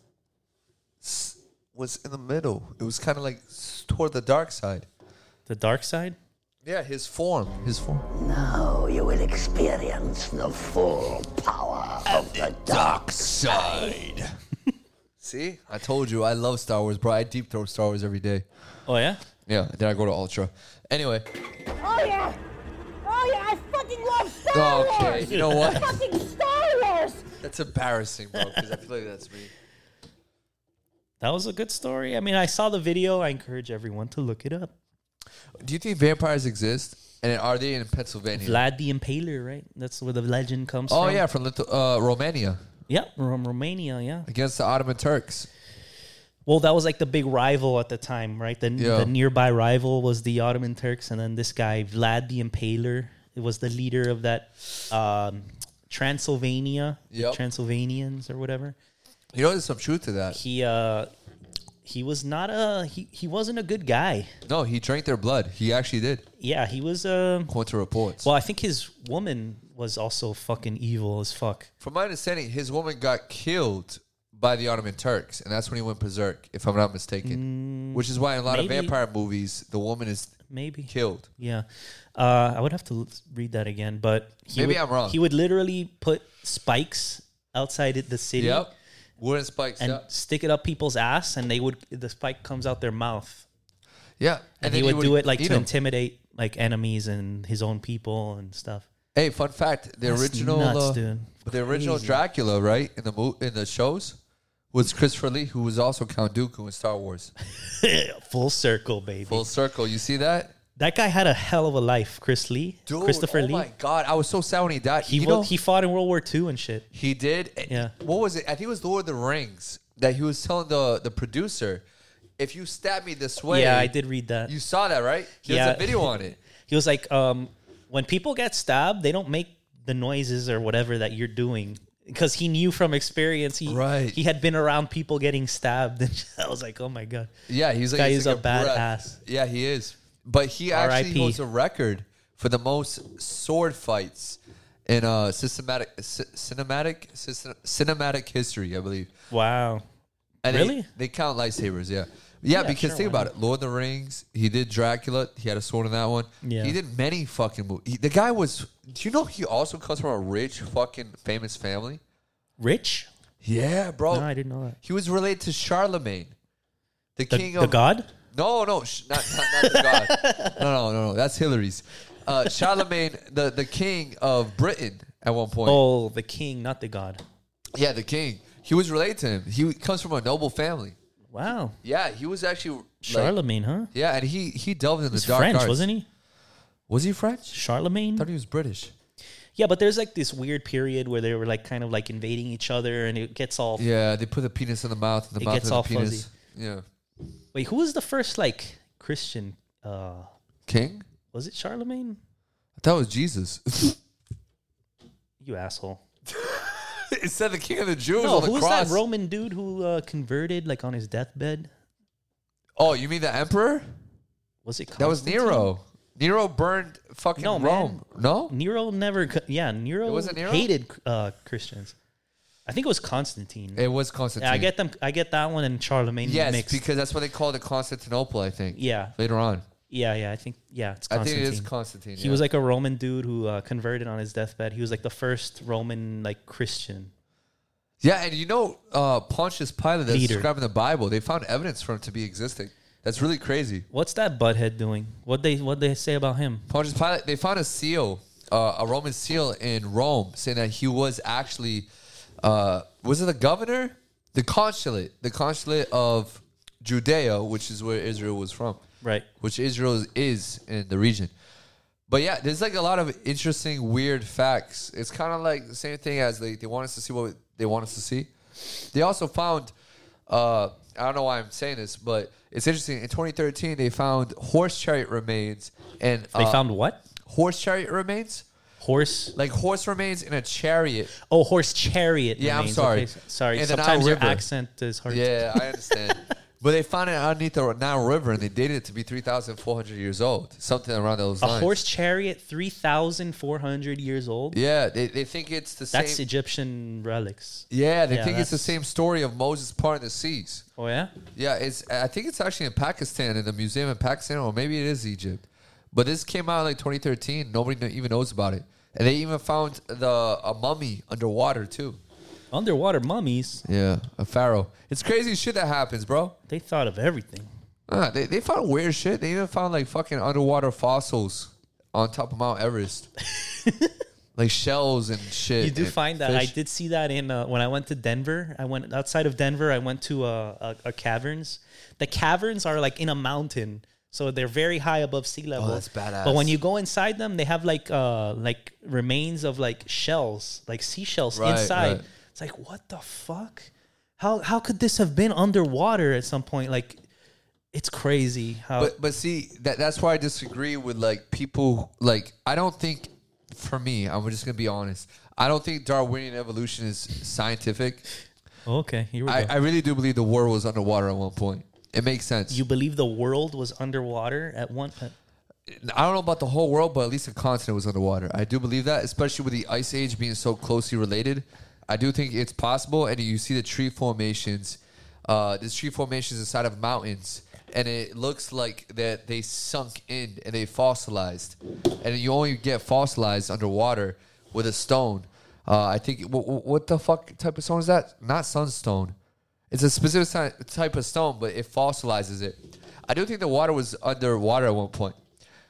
S3: s- was in the middle. It was kind of like s- toward the dark side.
S2: The dark side?
S3: Yeah, his form, his form.
S9: Now you will experience the full power of the dark side.
S3: See, I told you I love Star Wars, bro. I deep throw Star Wars every day.
S2: Oh, yeah?
S3: Yeah, then I go to Ultra. Anyway,
S6: Oh yeah! Oh yeah! I fucking love Star
S3: okay, you know what?
S6: Fucking Star Wars!
S3: That's embarrassing, bro. Because I feel like that's me.
S2: That was a good story. I mean, I saw the video. I encourage everyone to look it up.
S3: Do you think vampires exist? And are they in Pennsylvania?
S2: Vlad the Impaler, right? That's where the legend comes
S3: oh
S2: from.
S3: yeah, from Lithu- uh, Romania
S2: Yep, from Romania, yeah.
S3: against the Ottoman Turks.
S2: Well, that was like the big rival at the time, right? The,
S3: Yeah.
S2: the nearby rival was the Ottoman Turks, and then this guy, Vlad the Impaler, it was the leader of that um, Transylvania, the
S3: Yep.
S2: Transylvanians or whatever.
S3: You know, there's some truth to that.
S2: He, uh, he was not a he, he wasn't a good guy.
S3: No, he drank their blood. He actually did,
S2: Yeah, he was um
S3: according to reports.
S2: well, I think his woman was also fucking evil as fuck.
S3: From my understanding, his woman got killed by the Ottoman Turks, and that's when he went berserk, if I'm not mistaken. Which is why in a lot
S2: Mm, Maybe.
S3: of vampire movies, the woman is
S2: maybe.
S3: Killed.
S2: Yeah, uh, I would have to l- read that again, but he
S3: Maybe
S2: would-
S3: I'm wrong.
S2: He would literally put spikes outside it- the city
S3: Yep. Wooden spikes.
S2: and
S3: yep.
S2: stick it up people's ass, and they would the spike comes out their mouth,
S3: Yeah.
S2: and,
S3: then
S2: he would, do it like
S3: eat
S2: to
S3: 'em.
S2: intimidate like enemies and his own people and stuff.
S3: Hey, fun fact: the
S2: That's
S3: original,
S2: nuts,
S3: uh,
S2: dude.
S3: the original
S2: Crazy.
S3: Dracula, right in the mo- in the shows, was Christopher Lee, who was also Count Dooku in Star Wars.
S2: Full circle, baby.
S3: Full circle. You see that,
S2: that guy had a hell of a life, Chris Lee,
S3: dude?
S2: Christopher
S3: oh
S2: Lee.
S3: my god, I was so sad when he died.
S2: He
S3: you
S2: wa-
S3: know,
S2: he fought in World War II and shit.
S3: He did. And
S2: Yeah.
S3: What was it? I think it was Lord of the Rings that he was telling the the producer, if you stab me this way,
S2: Yeah, I did read that.
S3: You saw that, right? There's
S2: Yeah.
S3: a video on it.
S2: He was like, um, when people get stabbed, they don't make the noises or whatever that you're doing because he knew from experience. He
S3: Right.
S2: he had been around people getting stabbed, and I was like, oh my god,
S3: Yeah, he's like
S2: Guy
S3: he's
S2: is
S3: like
S2: a
S3: breath.
S2: badass.
S3: Yeah, he is. But he actually
S2: R.I.P..
S3: holds a record for the most sword fights in uh systematic c- cinematic system, cinematic history, I believe.
S2: wow.
S3: And they-
S2: Really?
S3: They, count lightsabers, yeah. Yeah,
S2: sure,
S3: because think
S2: why
S3: about it. Lord of the Rings, he did Dracula, he had a sword in that one.
S2: Yeah.
S3: He did many fucking movies. the guy was do you know he also comes from a rich fucking famous family?
S2: Rich?
S3: Yeah, bro.
S2: No, I didn't know that.
S3: He was related to Charlemagne. The,
S2: The,
S3: king
S2: the
S3: of
S2: god?
S3: no, no, sh- not, not, not the god. No, no, no, no. That's Hillary's. Uh, Charlemagne, the, the king of Britain at one point.
S2: Oh, the king, not the god.
S3: Yeah, the king. He was related to him. He comes from a noble family.
S2: Wow,
S3: Yeah, he was actually. like-
S2: Charlemagne, huh?
S3: yeah, and he he delved into
S2: He's
S3: the dark
S2: French,
S3: arts.
S2: wasn't he?
S3: Was he French?
S2: Charlemagne?
S3: I thought he was British.
S2: Yeah, but there's like this weird period where they were like kind of like invading each other, and it gets all.
S3: Yeah, they put the penis in the mouth and the
S2: It
S3: mouth
S2: gets
S3: in the
S2: all
S3: penis.
S2: fuzzy.
S3: Yeah,
S2: Wait, who was the first like Christian? Uh,
S3: king.
S2: was it Charlemagne?
S3: I thought it was Jesus.
S2: You asshole.
S3: it said the king of the Jews
S2: No,
S3: on the
S2: who was
S3: cross.
S2: that Roman dude who uh, converted like on his deathbed?
S3: oh, you mean the emperor?
S2: Was it
S3: That was
S2: Constantine?
S3: Nero. Nero burned fucking
S2: No,
S3: Rome. No,
S2: Nero never. co- Yeah, Nero,
S3: It wasn't Nero?
S2: hated uh, Christians. I think it was Constantine.
S3: It was Constantine.
S2: Yeah, I get them. I get that one and Charlemagne
S3: Yes,
S2: mixed.
S3: because that's what they called it Constantinople, I think.
S2: yeah,
S3: Later on.
S2: yeah, yeah. I think yeah, it's
S3: I
S2: Constantine.
S3: think it is Constantine.
S2: He was like a Roman dude who uh, converted on his deathbed. He was like the first Roman like Christian.
S3: Yeah, and you know uh, Pontius Pilate that's
S2: Leader.
S3: described in the Bible, they found evidence for him to be existing. That's really crazy.
S2: What's that butthead doing? What they what they say about him?
S3: Pontius Pilate, they found a seal, uh, a Roman seal in Rome saying that he was actually uh, was it the governor? The consulate. The consulate of Judea, which is where Israel was from.
S2: Right.
S3: which Israel is- is in the region. But yeah, there's like a lot of interesting, weird facts. It's kind of like the same thing as they, they want us to see what they want us to see. They also found, uh, I don't know why I'm saying this, but it's interesting. In 2013, they found horse chariot remains and
S2: They
S3: uh,
S2: found what?
S3: horse chariot remains,
S2: Horse.
S3: like horse remains in a chariot.
S2: Oh, horse chariot.
S3: Yeah, I'm
S2: remains.
S3: sorry.
S2: Okay, sorry.
S3: In the Nile
S2: Sometimes your
S3: River.
S2: accent is hard. to-
S3: Yeah, I understand. but they found it underneath the Nile River, and they dated it to be 3,400 years old, something around those
S2: A
S3: lines.
S2: horse chariot, three thousand four hundred years old.
S3: Yeah, they, they think it's the
S2: That's
S3: same.
S2: Egyptian relics.
S3: Yeah, they
S2: Yeah,
S3: think it's the
S2: that's-
S3: same story of Moses parting the seas.
S2: Oh yeah.
S3: Yeah, it's. I think it's actually in Pakistan in the museum in Pakistan, or maybe it is Egypt. But this came out in like 2013. Nobody kn- even knows about it, and they even found the a mummy underwater too.
S2: Underwater mummies.
S3: Yeah, a pharaoh. It's crazy shit that happens, bro.
S2: They thought of everything.
S3: Uh, they they found weird shit. They even found like fucking underwater fossils on top of Mount Everest, like shells and shit.
S2: You do
S3: and
S2: find that I
S3: fish.
S2: did see that in uh, when I went to Denver. I went outside of Denver. I went to uh, a, a caverns. The caverns are like in a mountain, so they're very high above sea level.
S3: Oh, that's badass.
S2: But when you go inside them, they have like uh, like remains of like shells, like seashells
S3: Right,
S2: inside.
S3: right.
S2: It's like what the fuck? How how could this have been underwater at some point? Like it's crazy how
S3: But but see that that's why I disagree with like people like I don't think for me I'm just gonna be honest I don't think Darwinian evolution is scientific.
S2: okay here we
S3: I,
S2: go.
S3: I really do believe the world was underwater at one point. It makes sense.
S2: you believe the world was underwater at one point?
S3: I don't know about the whole world, but at least the continent was underwater. I do believe that, especially with the ice age being so closely related. I do think it's possible, and you see the tree formations, uh, there's tree formations inside of mountains, and it looks like that they sunk in and they fossilized, and you only get fossilized underwater with a stone. Uh, I think what, what the fuck type of stone is that? Not sunstone. It's a specific si- type of stone, but it fossilizes it. I do think the water was underwater at one point.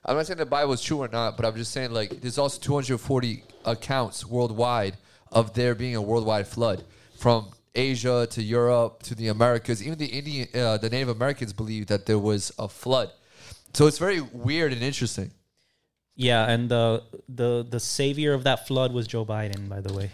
S3: I'm not saying the Bible is true or not, but I'm just saying like there's also 240 accounts worldwide of there being a worldwide flood from Asia to Europe to the Americas. Even the Indian, uh, the Native Americans believe that there was a flood. So it's very weird and interesting.
S2: Yeah, and the the the savior of that flood was Joe Biden, by the way.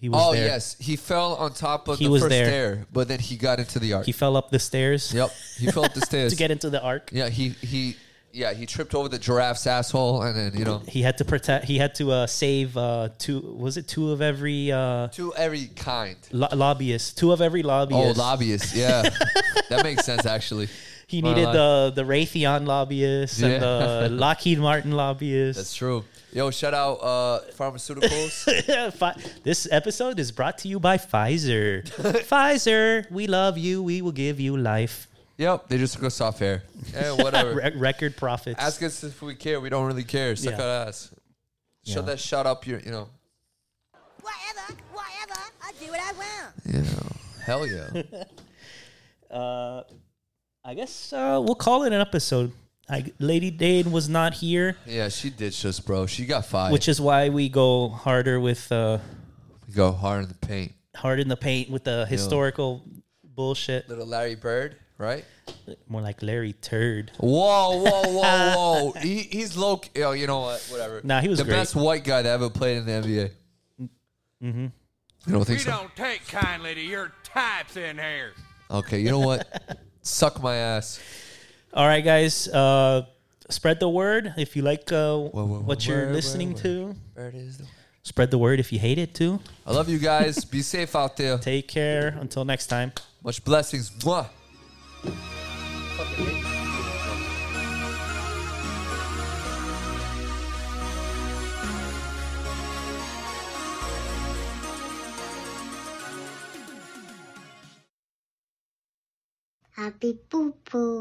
S2: He was
S3: Oh
S2: there.
S3: yes, he fell on top of
S2: He
S3: the
S2: was
S3: first
S2: there.
S3: stair, but then he got into the ark.
S2: He fell up the stairs
S3: yep, he fell up the stairs
S2: to get into the ark.
S3: Yeah, he he yeah he tripped over the giraffe's asshole, and then you know
S2: He had to protect. He had to uh, save uh, two. Was it two of every uh,
S3: to every kind.
S2: lo- lobbyist? Two of every
S3: Oh,
S2: lobbyist.
S3: lobbyists. Yeah, that makes sense actually.
S2: He
S3: My
S2: needed
S3: life.
S2: the the Raytheon lobbyist and
S3: uh, Yeah.
S2: the Lockheed Martin lobbyist.
S3: That's true. Yo, shout out uh, pharmaceuticals.
S2: Fi- this episode is brought to you by Pfizer. Pfizer, we love you. We will give you life.
S3: yep, they just took us off air. Yeah, whatever.
S2: Re- record profits.
S3: Ask us if we care. We don't really care. Suck
S2: Yeah.
S3: our ass. Shut
S2: Yeah.
S3: that shut up. Your you know.
S6: Whatever, whatever. I do what I want.
S3: You know. Hell yeah.
S2: uh, I guess uh, we'll call it an episode. I, Lady Dade was not here,
S3: yeah, she ditched us, bro. She got fired.
S2: which is why we go harder with uh,
S3: go hard in the paint.
S2: hard in the paint with the historical bullshit.
S3: Little Larry Bird, right?
S2: More like Larry Turd.
S3: Whoa, whoa, whoa, whoa! he, he's low. Oh, you know what? Whatever.
S2: Nah, he was
S3: the
S2: great.
S3: best white guy that ever played in the NBA. Mm-hmm. You don't think
S7: We
S3: so?
S7: don't take kindly to your types in here.
S3: Okay, you know what? Suck my ass.
S2: All right, guys. Uh, spread the word if you like uh,
S3: whoa,
S2: what
S3: whoa,
S2: you're
S3: whoa,
S2: listening
S3: whoa.
S2: to. Spread the word if you hate it too.
S3: I love you guys. Be safe out there.
S2: Take care. Until next time.
S3: Much blessings. Mwah.
S6: Happy poo poo.